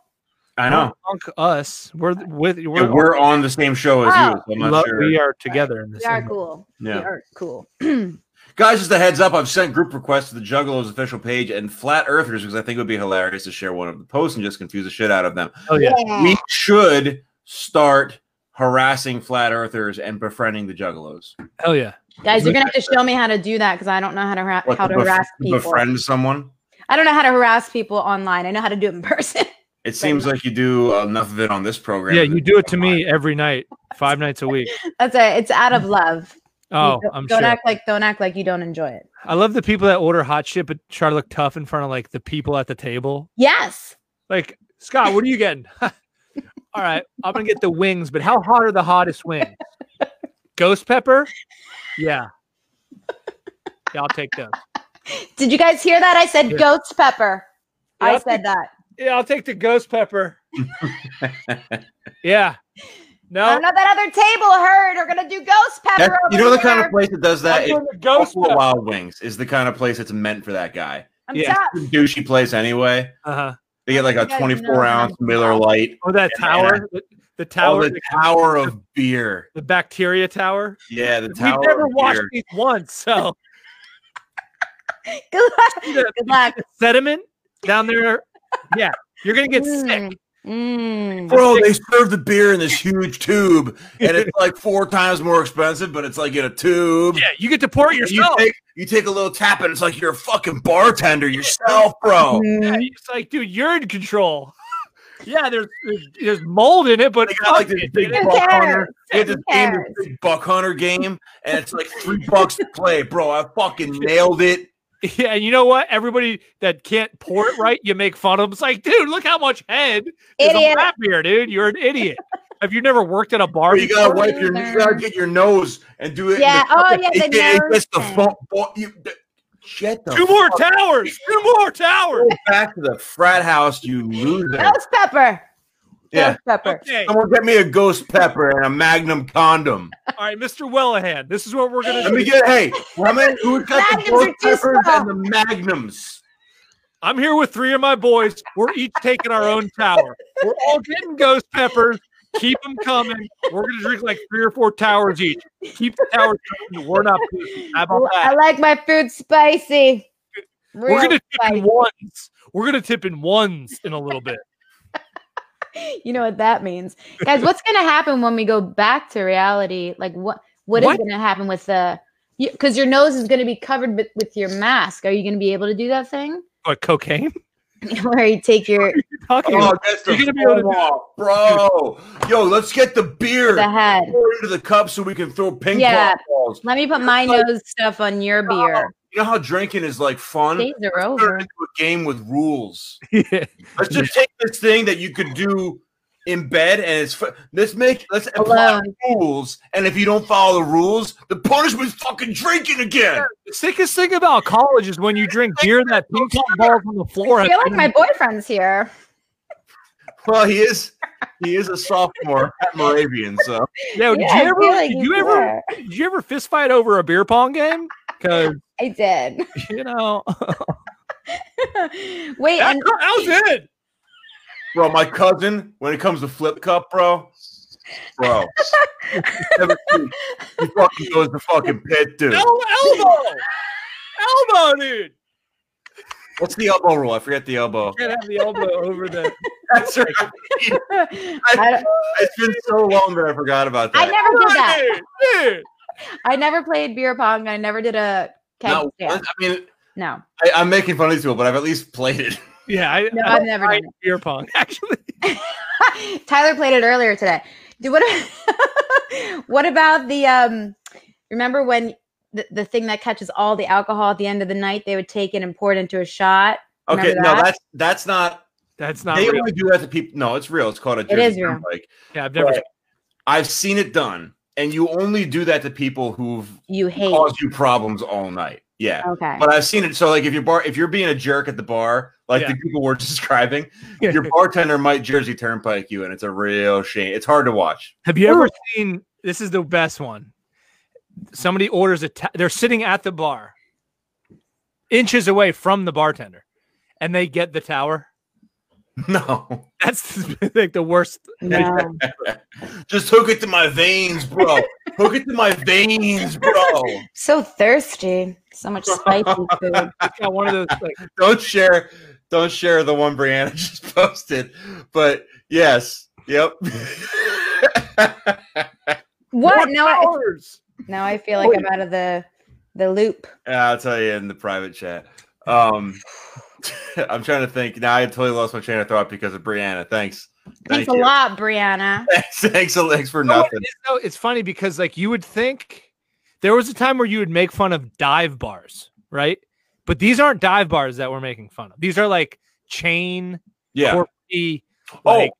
Speaker 2: I know.
Speaker 1: Punk us. We're th- with.
Speaker 2: And
Speaker 1: We're,
Speaker 2: we're on the same show as you.
Speaker 3: Wow.
Speaker 2: So I'm not
Speaker 1: lo-
Speaker 2: sure.
Speaker 1: we are together in this.
Speaker 3: We are
Speaker 1: thing.
Speaker 3: cool. We
Speaker 2: Yeah.
Speaker 3: are cool.
Speaker 2: Guys, just a heads up, I've sent group requests to the Juggalos official page and Flat Earthers because I think it would be hilarious to share one of the posts and just confuse the shit out of them.
Speaker 1: Oh yeah.
Speaker 2: We should start harassing Flat Earthers and befriending the Juggalos.
Speaker 1: Hell yeah.
Speaker 3: Guys, you're gonna have to show me how to do that because I don't know how to hara-
Speaker 2: What,
Speaker 3: how to
Speaker 2: bef-
Speaker 3: harass people.
Speaker 2: Befriend someone?
Speaker 3: I don't know how to harass people online. I know how to do it in person.
Speaker 2: It seems like you do enough of it on this program.
Speaker 1: Yeah, you do it to me every night, five nights a week.
Speaker 3: That's it. It's out of love. You
Speaker 1: Oh,
Speaker 3: don't,
Speaker 1: I'm
Speaker 3: don't
Speaker 1: sure.
Speaker 3: act like don't act like you don't enjoy it.
Speaker 1: I love the people that order hot shit but try to look tough in front of like the people at the table.
Speaker 3: Yes.
Speaker 1: Like, Scott, what are you getting? All right, I'm gonna get the wings, but how hot are the hottest wings? Ghost pepper? Yeah. Yeah, I'll take those.
Speaker 3: Did you guys hear that? I said
Speaker 1: Yeah.
Speaker 3: ghost pepper. I
Speaker 1: Yep.
Speaker 3: said that.
Speaker 1: Yeah, I'll take the ghost pepper. yeah.
Speaker 3: I
Speaker 1: No,
Speaker 3: don't know that other table heard. We're gonna do ghost pepper.
Speaker 2: That- you
Speaker 3: over
Speaker 2: know Oh, the kind
Speaker 3: here.
Speaker 2: of place that does
Speaker 1: I'm
Speaker 2: that? It's
Speaker 1: doing the ghost
Speaker 2: Buffalo
Speaker 1: pepper.
Speaker 2: Wild Wings is the kind of place that's meant for that guy.
Speaker 3: I'm
Speaker 1: Yeah.
Speaker 3: tough.
Speaker 2: Douchey place anyway.
Speaker 1: Uh-huh.
Speaker 2: They get like a
Speaker 3: You guys know
Speaker 2: 24 ounce
Speaker 3: how-
Speaker 2: Miller Light.
Speaker 1: Or that
Speaker 2: Yeah, man.
Speaker 1: tower, the, the
Speaker 2: Oh,
Speaker 1: tower,
Speaker 2: the
Speaker 1: the,
Speaker 2: tower of beer.
Speaker 1: the bacteria tower.
Speaker 2: Yeah, the
Speaker 1: We've
Speaker 2: tower.
Speaker 1: never
Speaker 2: of
Speaker 1: washed
Speaker 2: beer.
Speaker 1: these once, so
Speaker 3: Good luck.
Speaker 1: you see the
Speaker 3: Good luck.
Speaker 1: sediment down there. Yeah, you're gonna get sick.
Speaker 3: Mm. Mm.
Speaker 2: Bro, they serve the beer in this huge tube, and it's like four times more expensive, but it's like in a tube.
Speaker 1: Yeah, you get to pour it
Speaker 2: And you
Speaker 1: yourself.
Speaker 2: take you take a little tap, and it's like you're a fucking bartender yourself, bro.
Speaker 1: Yeah,
Speaker 3: Mm.
Speaker 1: it's like, dude, you're in control. yeah, there's, there's there's mold in it, but
Speaker 2: They got like
Speaker 1: fuck
Speaker 2: this
Speaker 1: it,
Speaker 2: big
Speaker 1: dude.
Speaker 3: Who
Speaker 2: buck hunter.
Speaker 3: cares?
Speaker 2: They had this
Speaker 3: Who
Speaker 2: game,
Speaker 3: cares?
Speaker 2: this big buck hunter game, and it's like three bucks to play, bro. I fucking nailed it.
Speaker 1: yeah, and you know what? Everybody that can't pour it right, you make fun of them. It's like, dude, look how much head is on
Speaker 3: Idiot.
Speaker 1: that beer, dude. You're an idiot. Have you never worked at a bar?
Speaker 2: Or you gotta
Speaker 3: Or
Speaker 2: wipe your, you
Speaker 3: either.
Speaker 2: gotta get your nose and do it. in
Speaker 3: Yeah.
Speaker 2: the-
Speaker 3: Oh yeah. The
Speaker 2: Yeah, it
Speaker 3: nose
Speaker 2: gets the
Speaker 3: thing.
Speaker 2: phone. bo- you- the- Get the
Speaker 1: two more towers. Two more towers.
Speaker 2: Go back to the frat house, you loser.
Speaker 3: Ghost pepper.
Speaker 2: Yeah.
Speaker 3: Ghost pepper.
Speaker 1: Okay. All
Speaker 2: Someone get me a ghost pepper and a magnum condom.
Speaker 1: right, Mr. Wellahan. This is what we're gonna
Speaker 2: Let
Speaker 1: do.
Speaker 2: me get hey, how many who got
Speaker 3: Magnums
Speaker 2: the
Speaker 3: are
Speaker 2: ghost
Speaker 3: too
Speaker 2: peppers and
Speaker 3: small.
Speaker 2: the magnums?
Speaker 1: I'm here with three of my boys. We're each taking our own tower. We're all getting ghost peppers. Keep them coming. We're gonna drink like three or four towers each. Keep the towers coming. We're not. pushing. How about that?
Speaker 3: I like my food spicy. Real
Speaker 1: We're gonna tip in
Speaker 3: spicy.
Speaker 1: ones. We're gonna tip in ones in a little bit.
Speaker 3: you know what that means guys what's going to happen when we go back to reality like what what is
Speaker 1: What?
Speaker 3: going to happen with the because your nose is going to be covered with, with your mask are you going to be able to do that thing
Speaker 1: What cocaine?
Speaker 3: where you take your
Speaker 1: Talking
Speaker 2: Oh, that's the
Speaker 1: You're gonna be able to do
Speaker 2: phone off, bro. Yo, let's get the beer
Speaker 3: the head
Speaker 2: poured into the cup so we can throw ping
Speaker 3: Yeah.
Speaker 2: pong balls.
Speaker 3: let me put my nose stuff on your beer
Speaker 2: You know how drinking is like fun?
Speaker 3: days are
Speaker 2: Turn it
Speaker 3: over
Speaker 2: into a game with rules.
Speaker 1: about
Speaker 2: Let's just take this thing that you could do in bed, and it's fu- let's make let's apply
Speaker 3: Alone.
Speaker 2: rules. And if you don't follow the rules, the punishment's fucking drinking again.
Speaker 1: the sickest thing about college is when you drink beer and that ping pong ball on the floor.
Speaker 3: I feel like my boyfriend's here.
Speaker 2: Well, he is he is a sophomore at Moravian, so
Speaker 1: Yo, Oh, did
Speaker 3: Yeah, I
Speaker 1: you ever,
Speaker 3: feel like
Speaker 1: did you ever,
Speaker 3: were.
Speaker 1: did you ever fist fight over a beer pong game? Because
Speaker 3: I did.
Speaker 1: you know
Speaker 3: Wait,
Speaker 1: that,
Speaker 3: and
Speaker 1: that was it.
Speaker 2: bro, my cousin, when it comes to flip cup, bro, bro. he fucking goes to fucking pit, dude.
Speaker 1: El- elbow, elbow, dude.
Speaker 2: What's the elbow rule? I forget the elbow.
Speaker 1: Can't have the elbow over the.
Speaker 2: That's right.
Speaker 3: I, don't-
Speaker 2: It's been so long that I forgot about
Speaker 3: I
Speaker 2: that.
Speaker 3: never did that.
Speaker 1: Dude, dude.
Speaker 3: I never played beer pong. I never did a keg
Speaker 2: Not
Speaker 3: stand.
Speaker 2: once- I mean,
Speaker 3: No,
Speaker 2: I, I'm making fun of these people, but I've at least played it.
Speaker 1: Yeah, I,
Speaker 3: no,
Speaker 1: I
Speaker 3: I've never
Speaker 1: tried
Speaker 3: done
Speaker 1: beer pong actually.
Speaker 3: it. Tyler played it earlier today. Do what? what about the? um Remember when the, the thing that catches all the alcohol at the end of the night? They would take it and pour it into a shot.
Speaker 2: Okay,
Speaker 3: Remember
Speaker 2: no,
Speaker 3: that?
Speaker 2: that's that's not.
Speaker 1: That's not
Speaker 2: they
Speaker 1: real.
Speaker 2: only do that to people. No, it's real. It's called a.
Speaker 3: is
Speaker 2: Jersey
Speaker 3: real.
Speaker 2: turnpike.
Speaker 1: Yeah, I've never.
Speaker 2: But I've seen it done, and you only do that to people who've
Speaker 3: You hate.
Speaker 2: caused you problems all night. Yeah.
Speaker 3: Okay.
Speaker 2: But I've seen it. So, like, if you're bar, if you're being a jerk at the bar, like
Speaker 1: Yeah.
Speaker 2: the people we're describing, your bartender might Jersey Turnpike you, and it's a real shame. It's hard to watch.
Speaker 1: Have you ever seen? This is the best one. Somebody orders a. Ta- they're sitting at the bar, inches away from the bartender, and they get the tower.
Speaker 2: No,
Speaker 1: That's like the worst.
Speaker 3: No.
Speaker 2: just hook it to my veins, bro. hook it to my veins, bro.
Speaker 3: So thirsty. So much spicy food.
Speaker 1: It's got one of those. Like,
Speaker 2: Don't share. Don't share the one Brianna just posted. But yes, yep.
Speaker 3: What? No, I,
Speaker 1: towers.
Speaker 3: now I feel like I'm out of the the loop.
Speaker 2: Yeah, I'll tell you in the private chat. Um, I'm trying to think. Now I totally lost my train of thought because of Brianna. Thanks.
Speaker 3: Thanks
Speaker 2: Thank
Speaker 3: a
Speaker 2: you.
Speaker 3: lot, Brianna.
Speaker 2: Thanks, thanks, thanks for
Speaker 1: You Oh, know what
Speaker 2: nothing.
Speaker 1: it is, though? It's funny because like you would think there was a time where you would make fun of dive bars, right? But these aren't dive bars that we're making fun of. These are like chain,
Speaker 2: Yeah.
Speaker 1: corporate,
Speaker 2: Oh.
Speaker 1: like,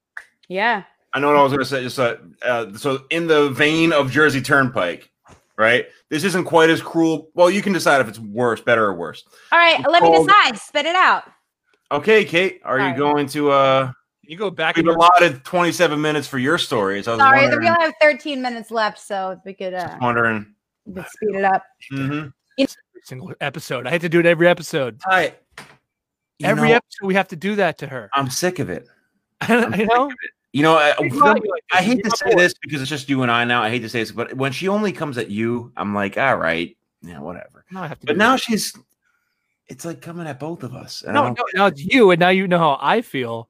Speaker 3: Yeah.
Speaker 2: I know what I was going to say. Just uh, uh, so in the vein of Jersey Turnpike, right? This isn't quite as cruel. Well, you can decide if it's worse, better, or worse.
Speaker 3: All right, let me
Speaker 2: called-
Speaker 3: decide. Spit it out.
Speaker 2: Okay, Kate, are you
Speaker 3: Sorry.
Speaker 2: going to? uh
Speaker 1: you go back.
Speaker 2: We've
Speaker 1: in your-
Speaker 2: allotted 27 minutes for your stories. I was
Speaker 3: Sorry, we
Speaker 2: wondering.
Speaker 3: only have 13 minutes left, so if we could uh,
Speaker 2: wondering.
Speaker 3: we could speed it up.
Speaker 1: Mm-hmm.
Speaker 2: Mhm.
Speaker 1: every single episode. I had to do it every episode.
Speaker 2: Hi. You
Speaker 1: every
Speaker 2: know,
Speaker 1: episode, we have to do that to her.
Speaker 2: I'm sick of it.
Speaker 1: you know,
Speaker 2: You know, I,
Speaker 1: She's not like this.
Speaker 2: I hate
Speaker 1: She's
Speaker 2: to
Speaker 1: not
Speaker 2: say
Speaker 1: bored.
Speaker 2: this because it's just you and I now. I hate to say this, but when she only comes at you, I'm like, all right, yeah, whatever.
Speaker 1: Now I have to.
Speaker 2: But
Speaker 1: do
Speaker 2: now
Speaker 1: it.
Speaker 2: she's, it's like coming at both of us. And I
Speaker 1: no,
Speaker 2: don't-
Speaker 1: no, now it's you, and now you know how I feel,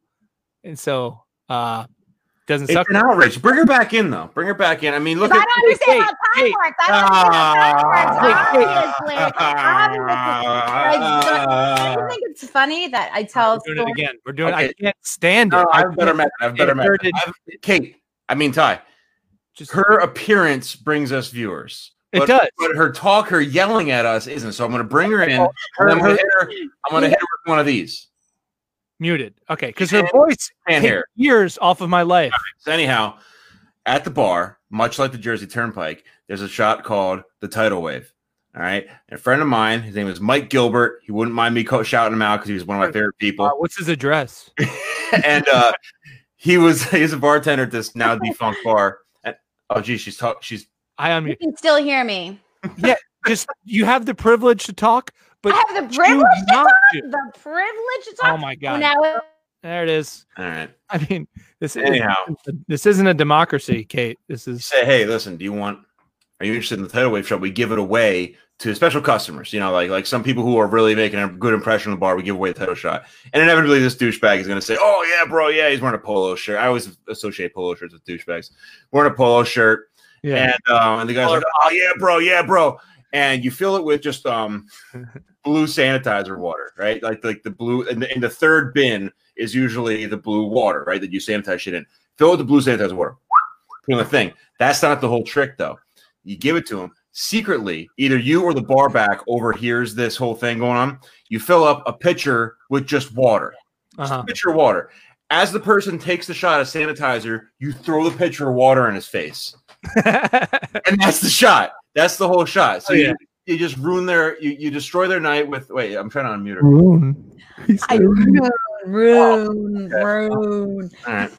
Speaker 1: and so uh, doesn't
Speaker 2: it's
Speaker 1: suck.
Speaker 2: an outrage. Bring her back in though. Bring her back in. I mean, look
Speaker 3: Because
Speaker 2: at.
Speaker 3: I don't understand how time
Speaker 1: Kate,
Speaker 3: works. I don't understand how time
Speaker 2: Ah.
Speaker 3: works. Obviously, obviously. Like, I just think it's funny that I tell
Speaker 1: Ah. We're doing it
Speaker 3: stories-
Speaker 1: again. We're doing.
Speaker 2: Okay.
Speaker 1: I can't stand it.
Speaker 2: No,
Speaker 1: I
Speaker 2: I've better
Speaker 1: can't-
Speaker 2: met. I've better met.
Speaker 1: inverted-
Speaker 2: I've- Kate. I mean, Ty.
Speaker 1: Just
Speaker 2: Her appearance brings us viewers.
Speaker 1: It
Speaker 2: But-
Speaker 1: does.
Speaker 2: But her talk, her yelling at us, isn't. So I'm going to bring her in. and I'm going to hit her. I'm going to hit her with one of these.
Speaker 1: muted. Okay, because her
Speaker 2: And-
Speaker 1: voice
Speaker 2: And
Speaker 1: takes
Speaker 2: here.
Speaker 1: years off of my life.
Speaker 2: So anyhow, at the bar, much like the Jersey Turnpike, there's a shot called the tidal wave. All right, and a friend of mine, his name is Mike Gilbert. He wouldn't mind me co- shouting him out because he was one of my favorite
Speaker 1: Uh,
Speaker 2: people.
Speaker 1: what's his address?
Speaker 2: and uh, he was he's a bartender at this now defunct bar. And, oh, geez, she's talk. She's
Speaker 1: I
Speaker 3: You
Speaker 1: unmute.
Speaker 3: can still hear me.
Speaker 1: Just you have the privilege to talk, but
Speaker 3: I have the
Speaker 1: choose
Speaker 3: privilege to
Speaker 1: not
Speaker 3: talk.
Speaker 1: to.
Speaker 3: The privilege to
Speaker 1: Oh
Speaker 3: talk.
Speaker 1: my
Speaker 3: Oh,
Speaker 1: god!
Speaker 3: now it-
Speaker 1: There it is.
Speaker 2: all right.
Speaker 1: I mean, this is
Speaker 2: Anyhow,
Speaker 1: this isn't a democracy, Kate. This
Speaker 2: you
Speaker 1: is
Speaker 2: say, hey, listen, do you want? Are you interested in the tidal wave shot? We give it away to special customers. You know, like like some people who are really making a good impression on the bar. We give away the title shot, and inevitably this douchebag is going to say, "Oh yeah, bro, yeah, he's wearing a polo shirt." I always associate polo shirts with douchebags. Wearing a polo shirt,
Speaker 1: yeah.
Speaker 2: And um, and the guy's like, "Oh yeah, bro, yeah, bro." And you fill it with just um blue sanitizer water, right? Like like the blue and the, and the third bin is usually the blue water, right? That you sanitize shit in. Fill it with the blue sanitizer water. Put it on the thing. That's not the whole trick though. You give it to him secretly. Either you or the bar back overhears this whole thing going on. You fill up a pitcher with just water
Speaker 1: Uh-huh.
Speaker 2: pitcher of water. As the person takes the shot of sanitizer, you throw the pitcher of water in his face,
Speaker 1: uh-huh.
Speaker 2: and that's the shot. That's the whole shot. So
Speaker 1: Oh, yeah.
Speaker 2: you,
Speaker 1: Mm.
Speaker 2: you
Speaker 1: Mm-hmm.
Speaker 2: just ruin their, you, you destroy their night with. Wait, I'm trying to unmute her.
Speaker 1: Maroon.
Speaker 3: I Rune, Rune.
Speaker 2: All right.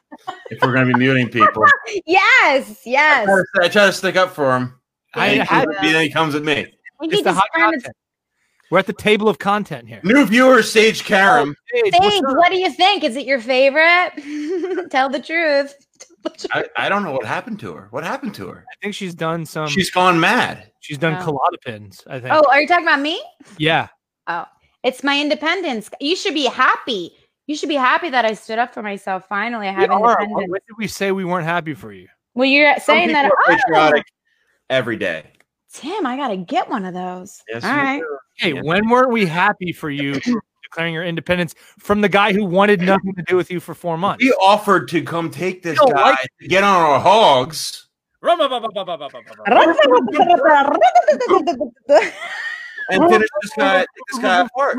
Speaker 2: If we're going to be muting people,
Speaker 3: Yes, yes.
Speaker 2: I try to stick up for him.
Speaker 1: I
Speaker 2: And he
Speaker 1: had-
Speaker 2: comes- then he comes at me.
Speaker 3: We
Speaker 1: It's
Speaker 3: need
Speaker 1: the
Speaker 3: to
Speaker 1: hot
Speaker 3: scram
Speaker 1: content. We're at the table of content here.
Speaker 2: New viewer Sage Karam.
Speaker 3: Oh.
Speaker 1: Sage, what's
Speaker 3: Sage,
Speaker 1: up?
Speaker 3: what do you think? Is it your favorite? Tell the truth.
Speaker 2: I, I don't know what happened to her. What happened to her?
Speaker 1: I think she's done some. She's,
Speaker 2: She's gone mad.
Speaker 1: done
Speaker 3: Yeah.
Speaker 1: colodopins. I think.
Speaker 3: Oh, are you talking about me?
Speaker 1: yeah.
Speaker 3: It's my independence. You should be happy. You should be happy that I stood up for myself. Finally, I
Speaker 1: We
Speaker 3: have
Speaker 1: are.
Speaker 3: independence.
Speaker 1: When did we say we weren't happy for you?
Speaker 3: well, you're
Speaker 2: Some
Speaker 3: saying
Speaker 2: people
Speaker 3: that.
Speaker 2: are
Speaker 3: Oh,
Speaker 2: patriotic every day.
Speaker 3: Tim, I gotta get one of those.
Speaker 2: Yes,
Speaker 3: All
Speaker 2: you
Speaker 3: right.
Speaker 2: do.
Speaker 1: Hey,
Speaker 2: Yeah.
Speaker 1: when weren't we happy for you for declaring your independence from the guy who wanted nothing to do with you for four months?
Speaker 2: We offered to come take this
Speaker 1: You
Speaker 2: guy
Speaker 1: don't like
Speaker 2: to get on our hogs. and finish this guy, take this guy apart.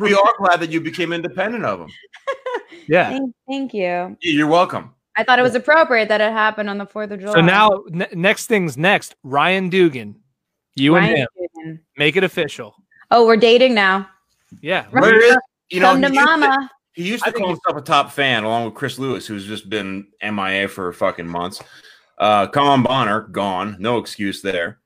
Speaker 2: We are glad that you became independent of him.
Speaker 1: Yeah.
Speaker 3: Thank, thank you.
Speaker 2: Yeah, You're welcome.
Speaker 3: I thought it was appropriate that it happened on the Fourth of July.
Speaker 1: So now, ne- next thing's next. Ryan Dugan, you and
Speaker 3: Ryan
Speaker 1: him,
Speaker 3: Dugan.
Speaker 1: make it official.
Speaker 3: Oh, we're dating now.
Speaker 1: Yeah.
Speaker 3: Right.
Speaker 2: Where is you know
Speaker 3: Come to
Speaker 2: he used to-
Speaker 3: mama.
Speaker 2: he used
Speaker 1: I
Speaker 2: to
Speaker 1: think
Speaker 2: call himself a top fan along with Chris Lewis, who's just been MIA for fucking months. Uh Colin Bonner, gone. No excuse there.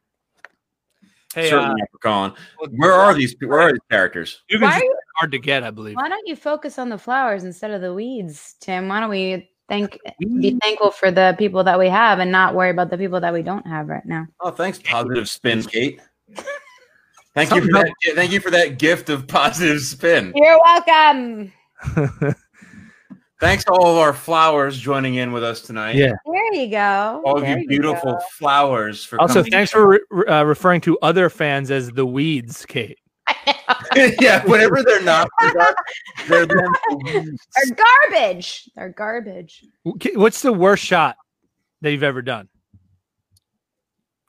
Speaker 1: Hey, uh,
Speaker 2: Certainly for Colin. Where are these where are these characters?
Speaker 1: Dugan's
Speaker 3: Why, are you-
Speaker 1: hard to get, I believe.
Speaker 3: why don't you focus on the flowers instead of the weeds, Tim? Why don't we thank
Speaker 2: Mm.
Speaker 3: be thankful for the people that we have and not worry about the people that we don't have right now?
Speaker 2: Oh, thanks, positive spin, Kate. Thank you
Speaker 1: Something
Speaker 2: for that. Thank you for that gift of positive spin.
Speaker 3: You're welcome.
Speaker 2: Thanks to all of our flowers joining in with us tonight.
Speaker 1: Yeah.
Speaker 3: There you go.
Speaker 2: All of
Speaker 3: There
Speaker 2: you beautiful
Speaker 3: go.
Speaker 2: flowers for
Speaker 1: Also,
Speaker 2: coming
Speaker 1: thanks
Speaker 2: in.
Speaker 1: for re- re- uh, referring to other fans as the weeds, Kate.
Speaker 2: yeah, whenever they're not, they're not- they're them.
Speaker 3: They're garbage. They're garbage.
Speaker 1: W- K- What's the worst shot that you've ever done?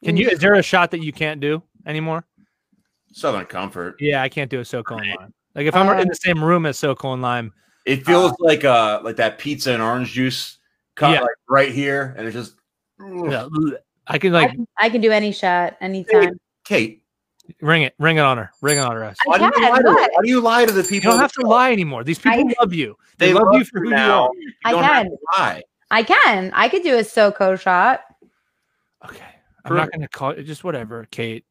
Speaker 1: Can you? Is there a shot that you can't do anymore?
Speaker 2: Southern Comfort.
Speaker 1: Yeah, I can't do a SoCo and lime. Like if I'm in the same room as SoCo and lime,
Speaker 2: It feels like uh like that pizza and orange juice cut
Speaker 1: Yeah.
Speaker 2: like right here, and it's just
Speaker 1: yeah, I can like
Speaker 3: I, can, I can do any shot anytime.
Speaker 2: Kate.
Speaker 1: ring it, ring it on her, ring it on her ass.
Speaker 3: I
Speaker 2: Why do, you
Speaker 3: can,
Speaker 2: lie to,
Speaker 3: what?
Speaker 2: why do you lie to the
Speaker 1: You
Speaker 2: people?
Speaker 1: don't have to lie anymore. These people
Speaker 3: I-
Speaker 1: love you.
Speaker 2: They, love, you for who now.
Speaker 1: are.
Speaker 2: You
Speaker 3: I
Speaker 2: don't have
Speaker 3: can.
Speaker 2: to lie.
Speaker 3: I can. I could do a SoCo shot.
Speaker 1: Okay, I'm not gonna call it. Just whatever, Kate.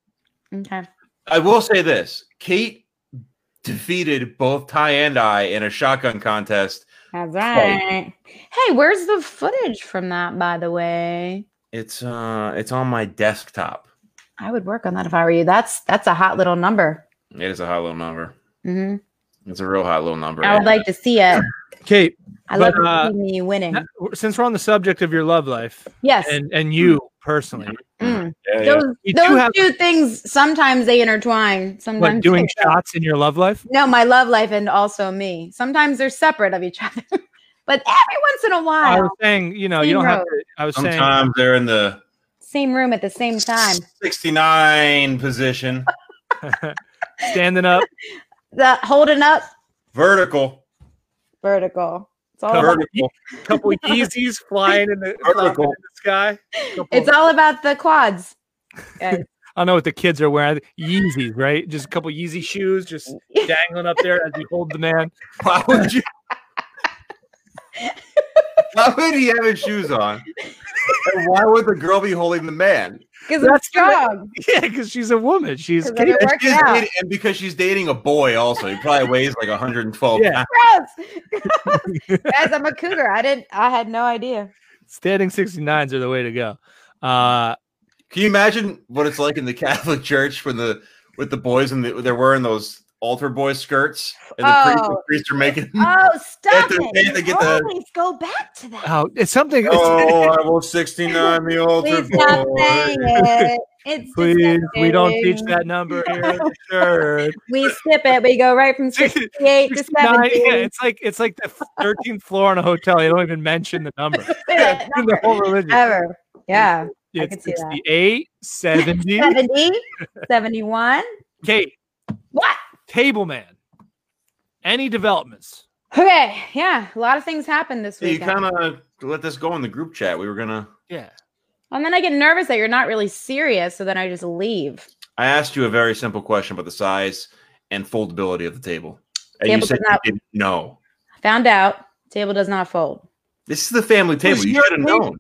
Speaker 3: Okay.
Speaker 2: I will say this: Kate defeated both Ty and I in a shotgun contest.
Speaker 3: That's right. Hey, where's the footage from that, by the way?
Speaker 2: It's uh, it's on my desktop.
Speaker 3: I would work on that if I were you. That's that's a hot little number.
Speaker 2: It is a high low number.
Speaker 3: hmm
Speaker 2: It's a real high low number.
Speaker 3: I would like to see it.
Speaker 1: Kate,
Speaker 3: I
Speaker 1: But, uh,
Speaker 3: love seeing me winning.
Speaker 1: since we're on the subject of your love life
Speaker 3: yes.
Speaker 1: and and you personally,
Speaker 3: Mm.
Speaker 2: Yeah, yeah.
Speaker 3: Those,
Speaker 1: You do
Speaker 3: those
Speaker 1: have-
Speaker 3: two things sometimes they intertwine. Sometimes
Speaker 1: what doing
Speaker 3: they don't.
Speaker 1: shots in your love life?
Speaker 3: No, my love life and also me. Sometimes they're separate of each other, but every once in a
Speaker 1: I
Speaker 3: while,
Speaker 1: was saying, you know, you
Speaker 3: Same
Speaker 1: don't have
Speaker 3: road.
Speaker 1: to. I was saying,
Speaker 2: Sometimes they're in the
Speaker 3: same room at the same time.
Speaker 2: 69 position,
Speaker 1: standing up,
Speaker 3: The holding up
Speaker 2: vertical,
Speaker 3: vertical. It's all about,
Speaker 2: vertical,
Speaker 1: couple Yeezys flying in the, flopping in
Speaker 2: vertical.
Speaker 1: the sky. Couple-
Speaker 3: it's all about the quads. guys.
Speaker 1: I don't know what the kids are wearing. Yeezys, right? Just a couple Yeezy shoes, just dangling up there as you hold the man.
Speaker 2: Why would you? Why would he have his shoes on? And why would the girl be holding the man?
Speaker 3: Because I'm strong.
Speaker 1: Yeah, because she's a woman. She's
Speaker 3: 'Cause I've been
Speaker 1: capable.
Speaker 2: And,
Speaker 3: working
Speaker 2: she's
Speaker 3: out.
Speaker 2: dating- and because she's dating a boy, also, he probably weighs like 112
Speaker 1: Yeah.
Speaker 2: pounds.
Speaker 3: Gross. Gross. Guys, I'm a cougar. I didn't. I had no idea.
Speaker 1: standing 69s are the way to go. Uh,
Speaker 2: Can you imagine what it's like in the Catholic Church when the with the boys and the, they're wearing those altar boy skirts and the, priest, the
Speaker 3: Oh.
Speaker 2: priests are making?
Speaker 1: Hmm.
Speaker 3: Oh, stop
Speaker 2: to- they
Speaker 3: it!
Speaker 2: have to
Speaker 3: You
Speaker 2: get the-
Speaker 3: Always go back to that.
Speaker 1: oh, it's something. it's-
Speaker 2: Oh, I will 69 the altar
Speaker 3: Please stop
Speaker 2: boy.
Speaker 3: saying it. It's
Speaker 1: please, we don't teach
Speaker 3: disgusting.
Speaker 1: that number here. in the church.
Speaker 3: We skip it. We go right from 68 to
Speaker 1: 69,
Speaker 3: 70.
Speaker 1: yeah, it's like it's like the 13th floor in a hotel. They don't even mention the number.
Speaker 3: Yeah,
Speaker 1: In the whole religion.
Speaker 3: Ever. Yeah. I
Speaker 1: It's
Speaker 3: could see that.
Speaker 1: 68, 70.
Speaker 3: 70, 71.
Speaker 1: Kate,
Speaker 3: What?
Speaker 1: table man. Any developments?
Speaker 3: Okay. Yeah. A lot of things happened this
Speaker 2: Yeah, you
Speaker 3: week.
Speaker 2: kind of let this go in the group chat. We were gonna.
Speaker 1: Yeah.
Speaker 3: And then I get nervous that you're not really serious. So then I just leave.
Speaker 2: I asked you a very simple question about the size and foldability of the table, and
Speaker 3: Table
Speaker 2: you said
Speaker 3: does not-
Speaker 2: you didn't know.
Speaker 3: Found out table does not fold.
Speaker 2: This is the family table.
Speaker 1: was
Speaker 2: You
Speaker 1: your
Speaker 2: should have
Speaker 1: table?
Speaker 2: known.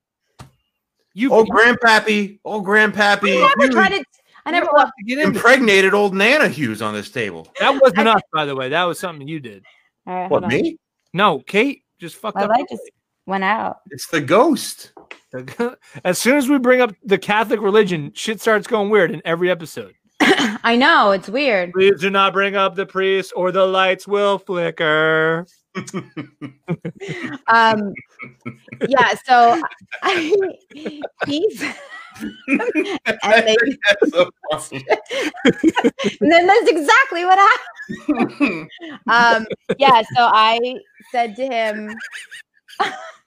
Speaker 1: You
Speaker 2: Old grandpappy, old grandpappy
Speaker 3: I never
Speaker 2: Hughes
Speaker 3: tried to. I never.
Speaker 1: have to get in. there.
Speaker 2: impregnated old Nana Hughes on this table.
Speaker 1: That wasn't us, by the way. That was something you did.
Speaker 3: All right, hold
Speaker 2: What
Speaker 3: on.
Speaker 2: me?
Speaker 1: No, Kate just fucked
Speaker 3: My
Speaker 1: up.
Speaker 3: light just went out.
Speaker 2: It's the ghost.
Speaker 1: as soon as we bring up the Catholic religion, shit starts going weird in every episode.
Speaker 3: I know it's weird.
Speaker 1: Please do not bring up the priest, or the lights will flicker.
Speaker 3: Um, yeah. So I, he's. and, they,
Speaker 2: That's so funny.
Speaker 3: and then that's exactly what happened. Um, yeah. So I said to him,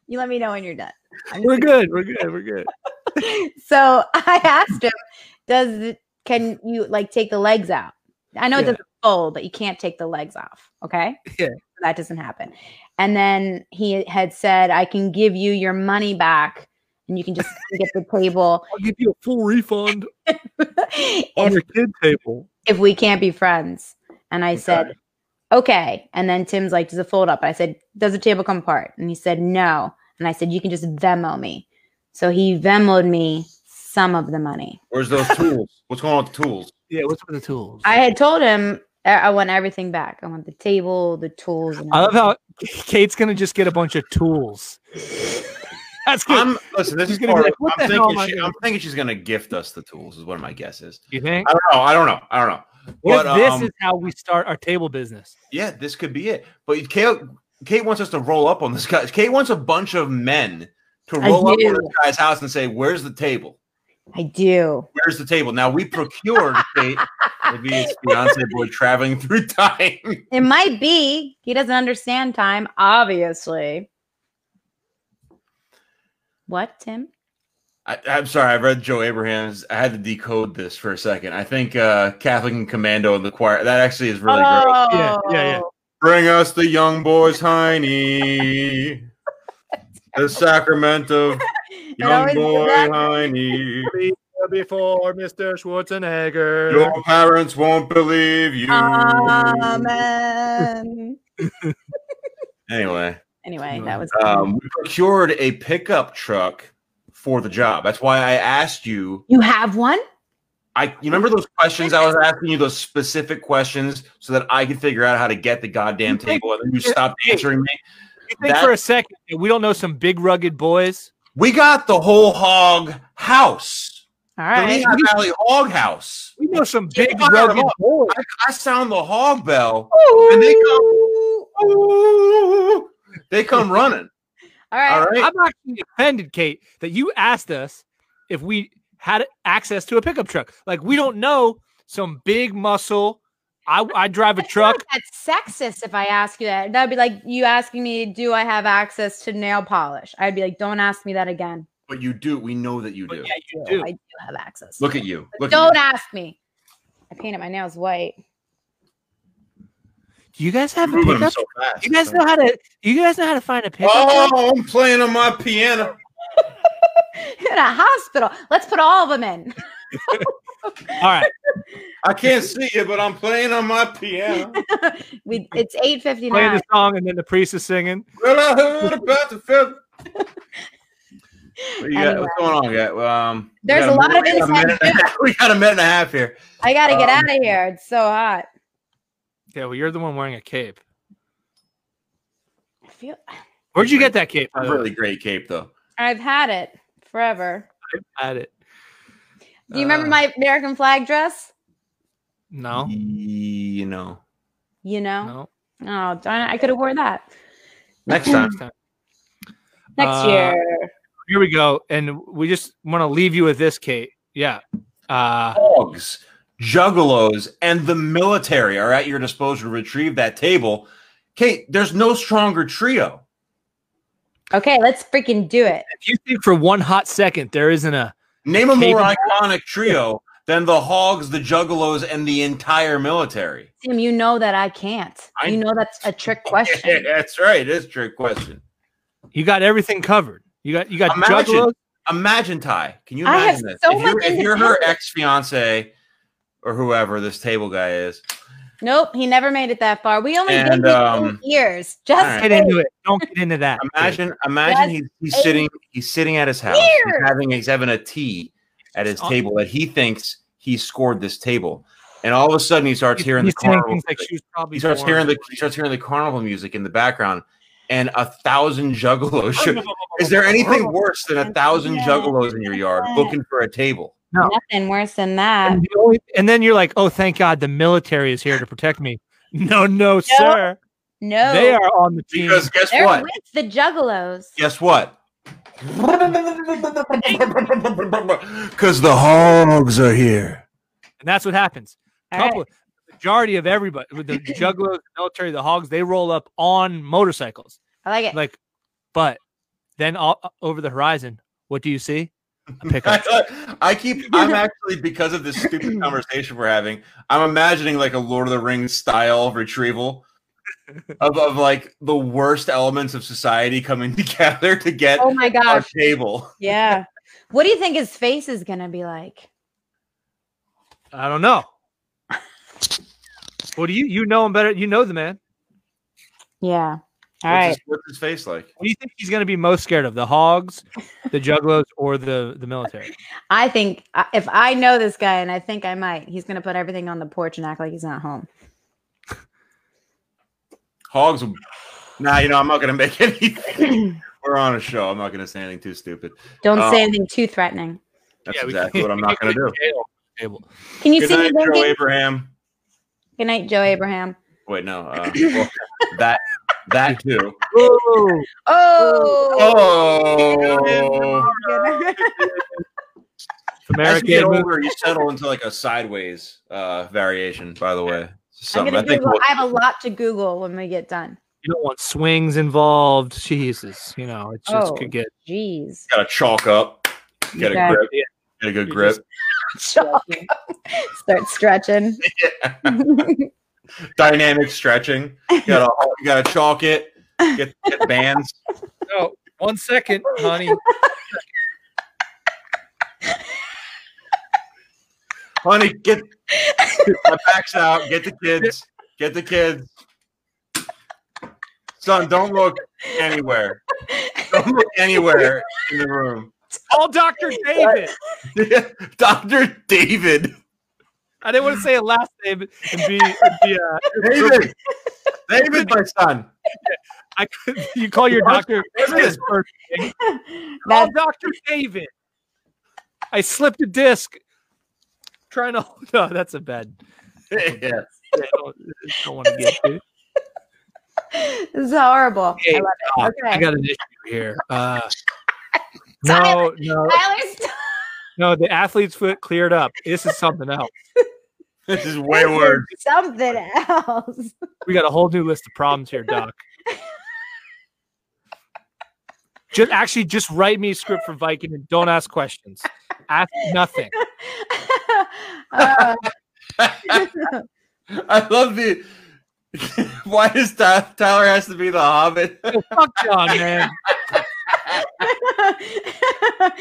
Speaker 3: "You let me know when you're done." I'm
Speaker 1: We're good. We're good. We're good.
Speaker 3: so I asked him, "Does it- can you like take the legs out?" I know it
Speaker 1: Yeah.
Speaker 3: doesn't fold, but you can't take the legs off. Okay,
Speaker 1: Yeah.
Speaker 3: that doesn't happen. And then he had said, "I can give you your money back, and you can just get the table
Speaker 1: I'll give you a full refund on
Speaker 3: if
Speaker 1: your kid table.
Speaker 3: if we can't be friends." And I said, "Okay." And then Tim's like, "Does it fold up?" I said, "Does the table come apart?" And he said, "No." And I said, "You can just Venmo me." So he Venmoed me some of the money.
Speaker 2: Where's those tools? What's going on with the tools?
Speaker 1: Yeah, what's with the tools?
Speaker 3: I had told him uh, I want everything back. I want the table, the tools. And
Speaker 1: I love how Kate's gonna just get a bunch of tools. That's good.
Speaker 2: I'm listen. This
Speaker 1: She's
Speaker 2: is
Speaker 1: gonna be
Speaker 2: part
Speaker 1: like,
Speaker 2: of-
Speaker 1: "What
Speaker 2: I'm
Speaker 1: the hell am
Speaker 2: thinking.
Speaker 1: I
Speaker 2: She,
Speaker 1: doing?"
Speaker 2: I'm thinking she's gonna gift us the tools. Is what my guess is.
Speaker 1: you think?
Speaker 2: I don't know. I don't know. I don't know.
Speaker 1: What if
Speaker 2: But
Speaker 1: this
Speaker 2: um,
Speaker 1: is how we start our table business.
Speaker 2: yeah, this could be it. But Kate, Kate wants us to roll up on this guy. Kate wants a bunch of men to
Speaker 3: I
Speaker 2: roll up
Speaker 3: do.
Speaker 2: on this guy's house and say, "Where's the table?
Speaker 3: I do.
Speaker 2: Where's the table?" Now we procured Kate to be his fiance boy traveling through time.
Speaker 3: It might be he doesn't understand time, obviously. What, Tim?
Speaker 2: I, I'm sorry, I read Joe Abraham's. I had to decode this for a second. I think uh, Catholic and Commando in the choir. That actually is really great.
Speaker 1: Yeah, yeah, yeah.
Speaker 3: Oh,
Speaker 2: Bring us the young boy's heiny. the sacrament of
Speaker 3: it
Speaker 2: young
Speaker 3: always goes
Speaker 2: boy
Speaker 3: back-
Speaker 2: heiny.
Speaker 1: Before Mr. Schwarzenegger.
Speaker 2: Your parents won't believe you.
Speaker 3: Amen.
Speaker 2: anyway,
Speaker 3: Anyway, that was
Speaker 2: um, we procured a pickup truck for the job. That's why I asked you.
Speaker 3: you have one.
Speaker 2: I you remember those questions I was asking you those specific questions so that I could figure out how to get the goddamn table, and then you stopped answering me.
Speaker 1: You think
Speaker 2: That-
Speaker 1: for a second that we don't know some big rugged boys?
Speaker 2: We got the whole hog house,
Speaker 3: All
Speaker 2: the
Speaker 3: right.
Speaker 2: Lehigh Valley hog house.
Speaker 1: We know some
Speaker 2: Yeah,
Speaker 1: big
Speaker 2: I got 'em
Speaker 1: rugged
Speaker 2: all.
Speaker 1: boys.
Speaker 2: I, I sound the hog bell, and they come. They come running.
Speaker 3: All right.
Speaker 2: All right.
Speaker 1: I'm actually offended, Kate, that you asked us if we had access to a pickup truck. Like we don't know some big muscle. I, I drive a
Speaker 3: It's not
Speaker 1: truck.
Speaker 3: That's sexist if I ask you that. That'd be like you asking me, do I have access to nail polish? I'd be like, don't ask me that again.
Speaker 2: But you do. We know that you
Speaker 1: But
Speaker 2: do.
Speaker 1: yeah, you
Speaker 3: No,
Speaker 1: do.
Speaker 3: I do have access.
Speaker 2: Look at you. Look
Speaker 3: don't
Speaker 2: at
Speaker 3: ask me. I painted my nails white.
Speaker 1: Do you guys
Speaker 2: you.
Speaker 1: have
Speaker 2: You're moving them
Speaker 1: pickup?
Speaker 2: so fast.
Speaker 1: You guys know how to? You guys know how to find a pickup? truck?
Speaker 2: Oh, I'm playing on my piano.
Speaker 3: in a hospital. Let's put all of them in.
Speaker 1: All right.
Speaker 2: I can't see you, but I'm playing on my piano.
Speaker 3: we it's eight fifty
Speaker 1: Playing
Speaker 3: nine.
Speaker 1: the song and then the priest is singing.
Speaker 2: Well, I heard about the feather. What you got-
Speaker 3: Anyway.
Speaker 2: What's going on, guy? Um, we
Speaker 3: There's
Speaker 2: got
Speaker 3: a lot of
Speaker 2: minute- we got a
Speaker 3: inside
Speaker 2: minute and a half- We got a minute and a half here.
Speaker 3: I gotta get
Speaker 2: Um,
Speaker 3: out of here. It's so hot.
Speaker 1: Yeah, well, you're the one wearing a cape.
Speaker 3: I feel
Speaker 1: Where'd you get that cape? by
Speaker 2: A
Speaker 1: the way?
Speaker 2: really great cape, though.
Speaker 3: I've had it forever.
Speaker 1: I had it.
Speaker 3: Do you remember
Speaker 1: Uh,
Speaker 3: my American flag dress?
Speaker 1: No,
Speaker 2: You know.
Speaker 3: You know?
Speaker 1: no.
Speaker 3: Oh darn it, I could have wore that.
Speaker 2: Next time.
Speaker 3: Next
Speaker 1: Uh,
Speaker 3: year.
Speaker 1: Here we go, and we just want to leave you with this, Kate. Yeah. Uh,
Speaker 2: dogs, juggalos, and the military are at your disposal to retrieve that table. Kate, there's no stronger trio.
Speaker 3: Okay, let's freaking do it.
Speaker 1: if you think for one hot second there isn't a
Speaker 2: Name a more
Speaker 1: Kate-
Speaker 2: iconic trio than the hogs, the juggalos, and the entire military.
Speaker 3: Tim, you know that I can't.
Speaker 2: I-
Speaker 3: you know that's a trick question.
Speaker 2: that's right. That's a trick question.
Speaker 1: You got everything covered. You got you got
Speaker 2: Imagine.
Speaker 1: juggalos.
Speaker 2: Imagine Ty. Can you
Speaker 3: I have
Speaker 2: imagine this?
Speaker 3: so
Speaker 2: if, you're,
Speaker 3: much
Speaker 2: if you're her
Speaker 3: independence.
Speaker 2: ex fiance or whoever this table guy is,
Speaker 3: Nope, he never made it that far. We only
Speaker 2: And,
Speaker 3: did it
Speaker 2: um,
Speaker 3: two years. Just
Speaker 2: all right.
Speaker 1: Get into it. Don't get into that.
Speaker 2: Imagine, imagine he's, he's
Speaker 3: eight
Speaker 2: sitting, he's sitting at his house, he's
Speaker 3: years.
Speaker 2: having, he's having a tea at his
Speaker 1: It's on-
Speaker 2: table that he thinks he scored this table, and all of a sudden he starts
Speaker 1: He's-
Speaker 2: hearing the
Speaker 1: he's saying
Speaker 2: carnival.
Speaker 1: things like
Speaker 2: music.
Speaker 1: she was probably
Speaker 2: He starts
Speaker 1: born-
Speaker 2: hearing the he starts hearing the carnival music in the background, and a thousand juggalos. Should, is there anything worse than a thousand juggalos in your yard looking for a table?
Speaker 3: nothing worse than that.
Speaker 1: And, the only- and then you're like, oh, thank God, the military is here to protect me. No, no, sir.
Speaker 3: No,
Speaker 1: They are on the team.
Speaker 2: Because guess
Speaker 3: They're
Speaker 2: what?
Speaker 3: with the juggalos.
Speaker 2: Guess what? Because the hogs are here.
Speaker 1: and that's what happens.
Speaker 3: All right.
Speaker 1: Couple, majority of everybody, with the jugglers, the military, the hogs, they roll up on motorcycles.
Speaker 3: I like it.
Speaker 1: Like, but then all, uh, over the horizon, what do you see? A pickup.
Speaker 2: I, I keep. I'm actually because of this stupid conversation we're having. I'm imagining like a Lord of the Rings style retrieval of, of like the worst elements of society coming together to get
Speaker 3: oh my
Speaker 2: a
Speaker 3: gosh.
Speaker 2: table.
Speaker 3: Yeah. What do you think his face is gonna be like?
Speaker 1: I don't know. What do you you know him better? You know the man.
Speaker 3: Yeah. All
Speaker 2: what's,
Speaker 3: right.
Speaker 2: his, what's his face like?
Speaker 1: What do you think he's going to be most scared of? The hogs, the jugglers, or the the military?
Speaker 3: I think I- if I know this guy, and I think I might, he's gonna put everything on the porch and act like he's not home.
Speaker 2: Hogs. will- Nah, you know I'm not gonna make anything. We're on a show. I'm not gonna say anything too stupid.
Speaker 3: Don't
Speaker 2: Oh.
Speaker 3: say anything too threatening.
Speaker 2: That's
Speaker 1: Yeah, we
Speaker 2: exactly
Speaker 1: can-
Speaker 2: what I'm not gonna do.
Speaker 1: Table.
Speaker 3: Can you
Speaker 2: Good
Speaker 3: see
Speaker 2: night,
Speaker 3: me
Speaker 2: Joe
Speaker 3: winking?
Speaker 2: Abraham.
Speaker 3: Good night, Joe Abraham.
Speaker 2: Wait, no. Uh, well, that that too.
Speaker 1: Ooh,
Speaker 3: Oh.
Speaker 2: Oh.
Speaker 3: Good-
Speaker 2: As you get
Speaker 1: American.
Speaker 2: older, you settle into like a sideways uh, variation. By the way,
Speaker 3: I'm
Speaker 2: something
Speaker 3: gonna
Speaker 2: I think.
Speaker 3: Google.
Speaker 2: We'll,
Speaker 3: I have a lot to Google when we get done.
Speaker 1: You don't want swings involved. Jesus, you know it just
Speaker 3: Oh.
Speaker 1: could get.
Speaker 3: Jeez.
Speaker 2: Gotta chalk up. Get
Speaker 3: Yeah.
Speaker 2: a grip. Get a good
Speaker 1: You
Speaker 2: grip.
Speaker 1: just-
Speaker 3: Start stretching.
Speaker 2: Dynamic stretching. You gotta you gotta chalk it. Get, get bands.
Speaker 1: No, one second, honey.
Speaker 2: Honey, get my back's out. Get the kids. Get the kids. Son, don't look anywhere. Don't look anywhere in the room.
Speaker 1: Call Doctor David.
Speaker 2: Dr. David.
Speaker 1: I didn't want to say a last name and be. and be uh,
Speaker 2: David. David, my son.
Speaker 1: I could, you call your doctor.
Speaker 2: David.
Speaker 1: Call
Speaker 3: That's
Speaker 1: Doctor David. I slipped a disc. Trying to. No, that's a bad.
Speaker 2: Yeah.
Speaker 1: I don't, want to get to.
Speaker 3: this is horrible. I love it. Okay.
Speaker 1: Ah, I got an issue here. Uh, no, no,
Speaker 3: Tyler, stop.
Speaker 1: no. The athlete's foot cleared up. This is something else.
Speaker 2: This is way worse.
Speaker 3: Something else.
Speaker 1: We got a whole new list of problems here, Doc. Just actually, just write me a script for Viking and don't ask questions. Ask nothing.
Speaker 3: Uh,
Speaker 2: I love the. Why does Ty- Tyler has to be the Hobbit?
Speaker 1: Fuck John, man.
Speaker 3: all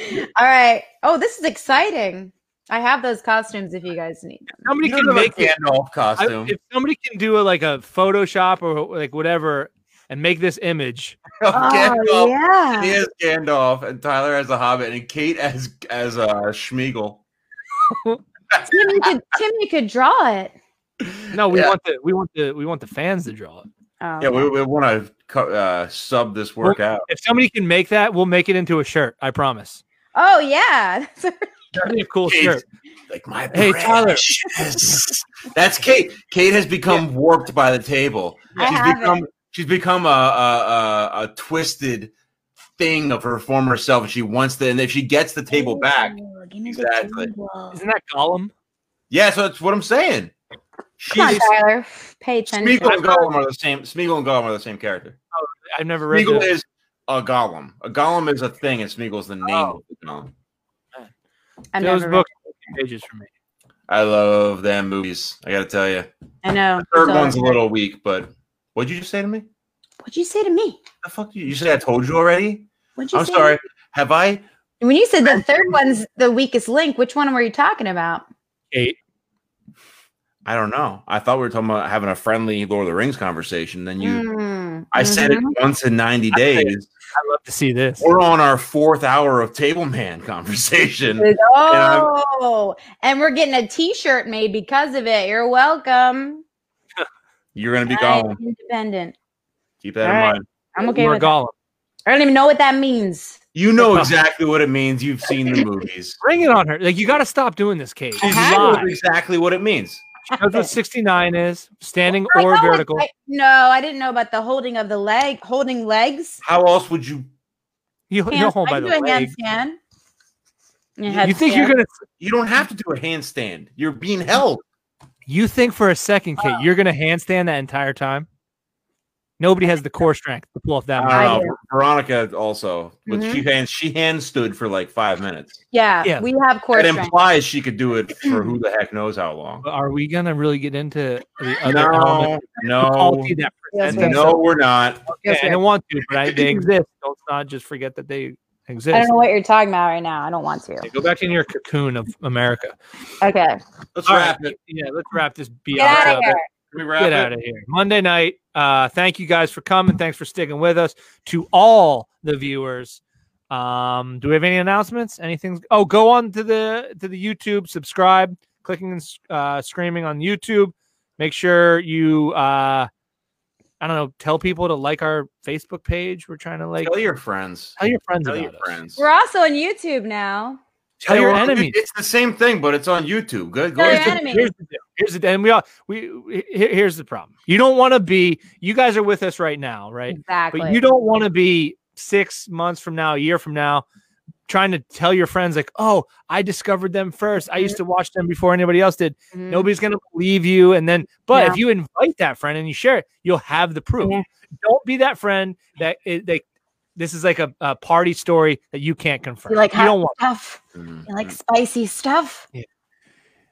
Speaker 3: right. Oh, this is exciting. I have those costumes if you guys need them.
Speaker 1: Somebody
Speaker 2: You don't
Speaker 1: can
Speaker 2: have a
Speaker 1: make it.
Speaker 2: Gandalf
Speaker 1: I-
Speaker 2: costume.
Speaker 1: if somebody can do a, like a Photoshop or like whatever and make this image,
Speaker 2: Of Gandalf.
Speaker 3: Oh, yeah.
Speaker 2: He has Gandalf, and Tyler has a Hobbit, and Kate as as a uh, Schmeagle.
Speaker 3: Tim, you could, Tim, you could draw it.
Speaker 1: no, we
Speaker 2: Yeah.
Speaker 1: want the we want the we want the fans to draw it.
Speaker 3: Oh.
Speaker 2: Yeah, we, we want to co- uh, sub this work out.
Speaker 1: If somebody can make that, we'll make it into a shirt. I promise.
Speaker 3: oh, yeah.
Speaker 1: That'd be a cool
Speaker 2: Jeez.
Speaker 1: shirt.
Speaker 2: Like my
Speaker 1: Hey, Tyler.
Speaker 2: precious. That's Kate. Kate has become warped by the table.
Speaker 3: I
Speaker 2: She's
Speaker 3: have
Speaker 2: become she's become a a, a a twisted thing of her former self. She wants to, and if she gets the table back, Exactly.
Speaker 1: Isn't that Gollum?
Speaker 2: yeah. So that's what I'm saying.
Speaker 3: Come on,
Speaker 2: She's
Speaker 3: Tyler. Pay attention.
Speaker 2: Smeagol and Gollum are the same. Smeagol and Gollum are the same character.
Speaker 1: I've never read
Speaker 2: Smeagol
Speaker 1: it.
Speaker 2: is a golem. A golem is a thing, and Smeagol's
Speaker 3: Oh.
Speaker 2: the name of the golem.
Speaker 1: Those
Speaker 3: I've never read-
Speaker 1: books are fifty pages for me.
Speaker 2: I love them movies. I got to tell you,
Speaker 3: I know.
Speaker 2: third
Speaker 3: It's all-
Speaker 2: one's a little weak, but what'd you just say to me?
Speaker 3: What'd you say to me?
Speaker 2: The fuck you, you said I told you already?
Speaker 3: What'd you
Speaker 2: I'm
Speaker 3: say?
Speaker 2: sorry. Have I?
Speaker 3: When you said the third one's the weakest link, which one were you talking about?
Speaker 1: Eight.
Speaker 2: I don't know. I thought we were talking about having a friendly Lord of the Rings conversation. Then you,
Speaker 3: Mm,
Speaker 2: I said it
Speaker 3: mhm.
Speaker 2: once in 90
Speaker 1: said it.
Speaker 2: days.
Speaker 1: I'd love to see this.
Speaker 2: We're on our fourth hour of table man conversation.
Speaker 3: It's-
Speaker 2: I'm-
Speaker 3: Oh, and we're getting a T-shirt made because of it. You're welcome.
Speaker 2: You're going to be
Speaker 3: Right,
Speaker 2: gone.
Speaker 3: independent.
Speaker 2: Keep that in
Speaker 3: All right.
Speaker 2: mind.
Speaker 3: I'm okay
Speaker 1: More
Speaker 3: with. That.
Speaker 1: Gollum.
Speaker 3: I don't even know what that means.
Speaker 2: You know exactly what it means. You've seen the movies.
Speaker 1: Bring it on her. Like you got to stop doing this, Kate.
Speaker 3: I
Speaker 2: You
Speaker 1: She's
Speaker 3: have.
Speaker 2: know
Speaker 1: live.
Speaker 2: exactly what it means.
Speaker 1: That's what 69 is standing
Speaker 3: I
Speaker 1: or
Speaker 3: know it-
Speaker 1: vertical.
Speaker 3: I- no, I didn't know about the holding of the leg, holding legs.
Speaker 2: How else would you?
Speaker 1: You, you're
Speaker 3: Hands-
Speaker 1: home
Speaker 3: I
Speaker 1: by
Speaker 3: can
Speaker 1: the
Speaker 3: do a
Speaker 1: leg.
Speaker 3: handstand. A
Speaker 1: You think you're
Speaker 3: headstand.
Speaker 1: gonna?
Speaker 2: You don't have to do a handstand. You're being held.
Speaker 1: You think for a second, Kate,
Speaker 3: Oh.
Speaker 1: you're gonna handstand that entire time? Nobody has the core strength to pull off that.
Speaker 2: I
Speaker 1: much.
Speaker 2: don't
Speaker 3: I
Speaker 2: know. Veronica also, with
Speaker 3: Mhm.
Speaker 1: Mm-hmm.
Speaker 2: she hands, she hand stood for like five minutes.
Speaker 3: Yeah,
Speaker 1: Yeah.
Speaker 3: we have core
Speaker 2: It
Speaker 3: strength.
Speaker 2: implies she could do it for who the heck knows how long.
Speaker 1: But Are we gonna really get into the other element
Speaker 2: No,
Speaker 1: of
Speaker 2: no,
Speaker 1: quality that
Speaker 3: Yes,
Speaker 1: presents
Speaker 3: ma'am.
Speaker 1: itself?
Speaker 2: no, we're not.
Speaker 1: Okay,
Speaker 3: Yes,
Speaker 1: I
Speaker 3: ma'am.
Speaker 1: don't want to, but I, they exist. Don't not just forget that they
Speaker 3: I don't
Speaker 1: exist.
Speaker 3: know what you're talking about right now. I don't want to.
Speaker 1: Yeah, Go back in your cocoon of America.
Speaker 3: Okay,
Speaker 2: Let's
Speaker 1: All
Speaker 2: wrap
Speaker 1: right,
Speaker 2: it.
Speaker 1: Yeah, let's wrap this BS
Speaker 3: get out
Speaker 1: up.
Speaker 3: of here.
Speaker 2: Can we wrap
Speaker 1: Get
Speaker 2: it?
Speaker 1: out of here. Monday night. Uh, thank you guys for coming. Thanks for sticking with us. To all the viewers. Um, do we have any announcements? Anything? Oh, go on to the to the YouTube. Subscribe. Clicking and uh, screaming on YouTube. Make sure you. Uh, I don't know. Tell people to like our Facebook page. We're trying to like
Speaker 2: Tell your friends.
Speaker 1: tell your friends
Speaker 2: Tell
Speaker 1: about
Speaker 2: your
Speaker 1: us.
Speaker 2: friends.
Speaker 3: We're also on YouTube now.
Speaker 1: Tell your
Speaker 2: Well, it-
Speaker 1: enemies.
Speaker 2: It's the same thing, but it's on YouTube. Good. Go
Speaker 3: Tell
Speaker 1: Here's
Speaker 3: your
Speaker 2: ahead.
Speaker 1: the,
Speaker 3: enemies.
Speaker 1: here's the deal. Here's the and we all we he- here's the problem. You don't want to be. You guys are with us right now, right?
Speaker 3: Exactly.
Speaker 1: But you don't want to be six months from now, a year from now, trying to tell your friends like, "Oh, I discovered them first. I
Speaker 3: Mm-hmm.
Speaker 1: used to watch them before anybody else did."
Speaker 3: Mhm.
Speaker 1: Nobody's gonna believe you. And then, but
Speaker 3: Yeah.
Speaker 1: if you invite that friend and you share it, you'll have the proof.
Speaker 3: Yeah.
Speaker 1: Don't be that friend that it, they. This is like a, a party story that you can't confirm.
Speaker 3: You like
Speaker 1: you
Speaker 3: hot
Speaker 1: don't want.
Speaker 3: stuff.
Speaker 2: Mhm.
Speaker 3: You
Speaker 1: Mm.
Speaker 3: like spicy stuff.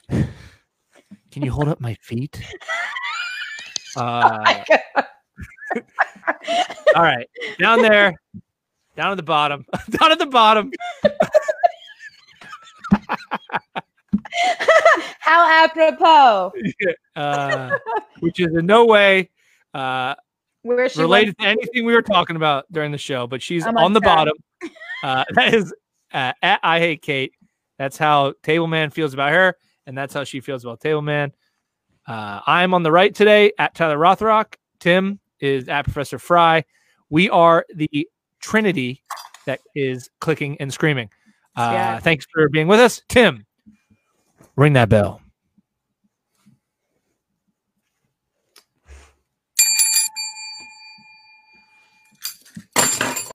Speaker 1: Can you hold up my feet?
Speaker 3: Oh
Speaker 1: Uh, all right, down there, down at the bottom, down at the bottom.
Speaker 3: How apropos.
Speaker 1: uh, which is in no way uh,
Speaker 3: Where she
Speaker 1: related to anything we were talking about during the show, but she's
Speaker 3: I'm
Speaker 1: on the
Speaker 3: upset.
Speaker 1: bottom. Uh, that is uh, at I Hate Kate. That's how Table Man feels about her, and that's how she feels about Table Man. Uh, I'm on the right today at Tyler Rothrock. Tim is at Professor Fry. We are the Trinity that is clicking and screaming. Uh,
Speaker 3: Yeah.
Speaker 1: Thanks for being with us, Tim. Ring that bell.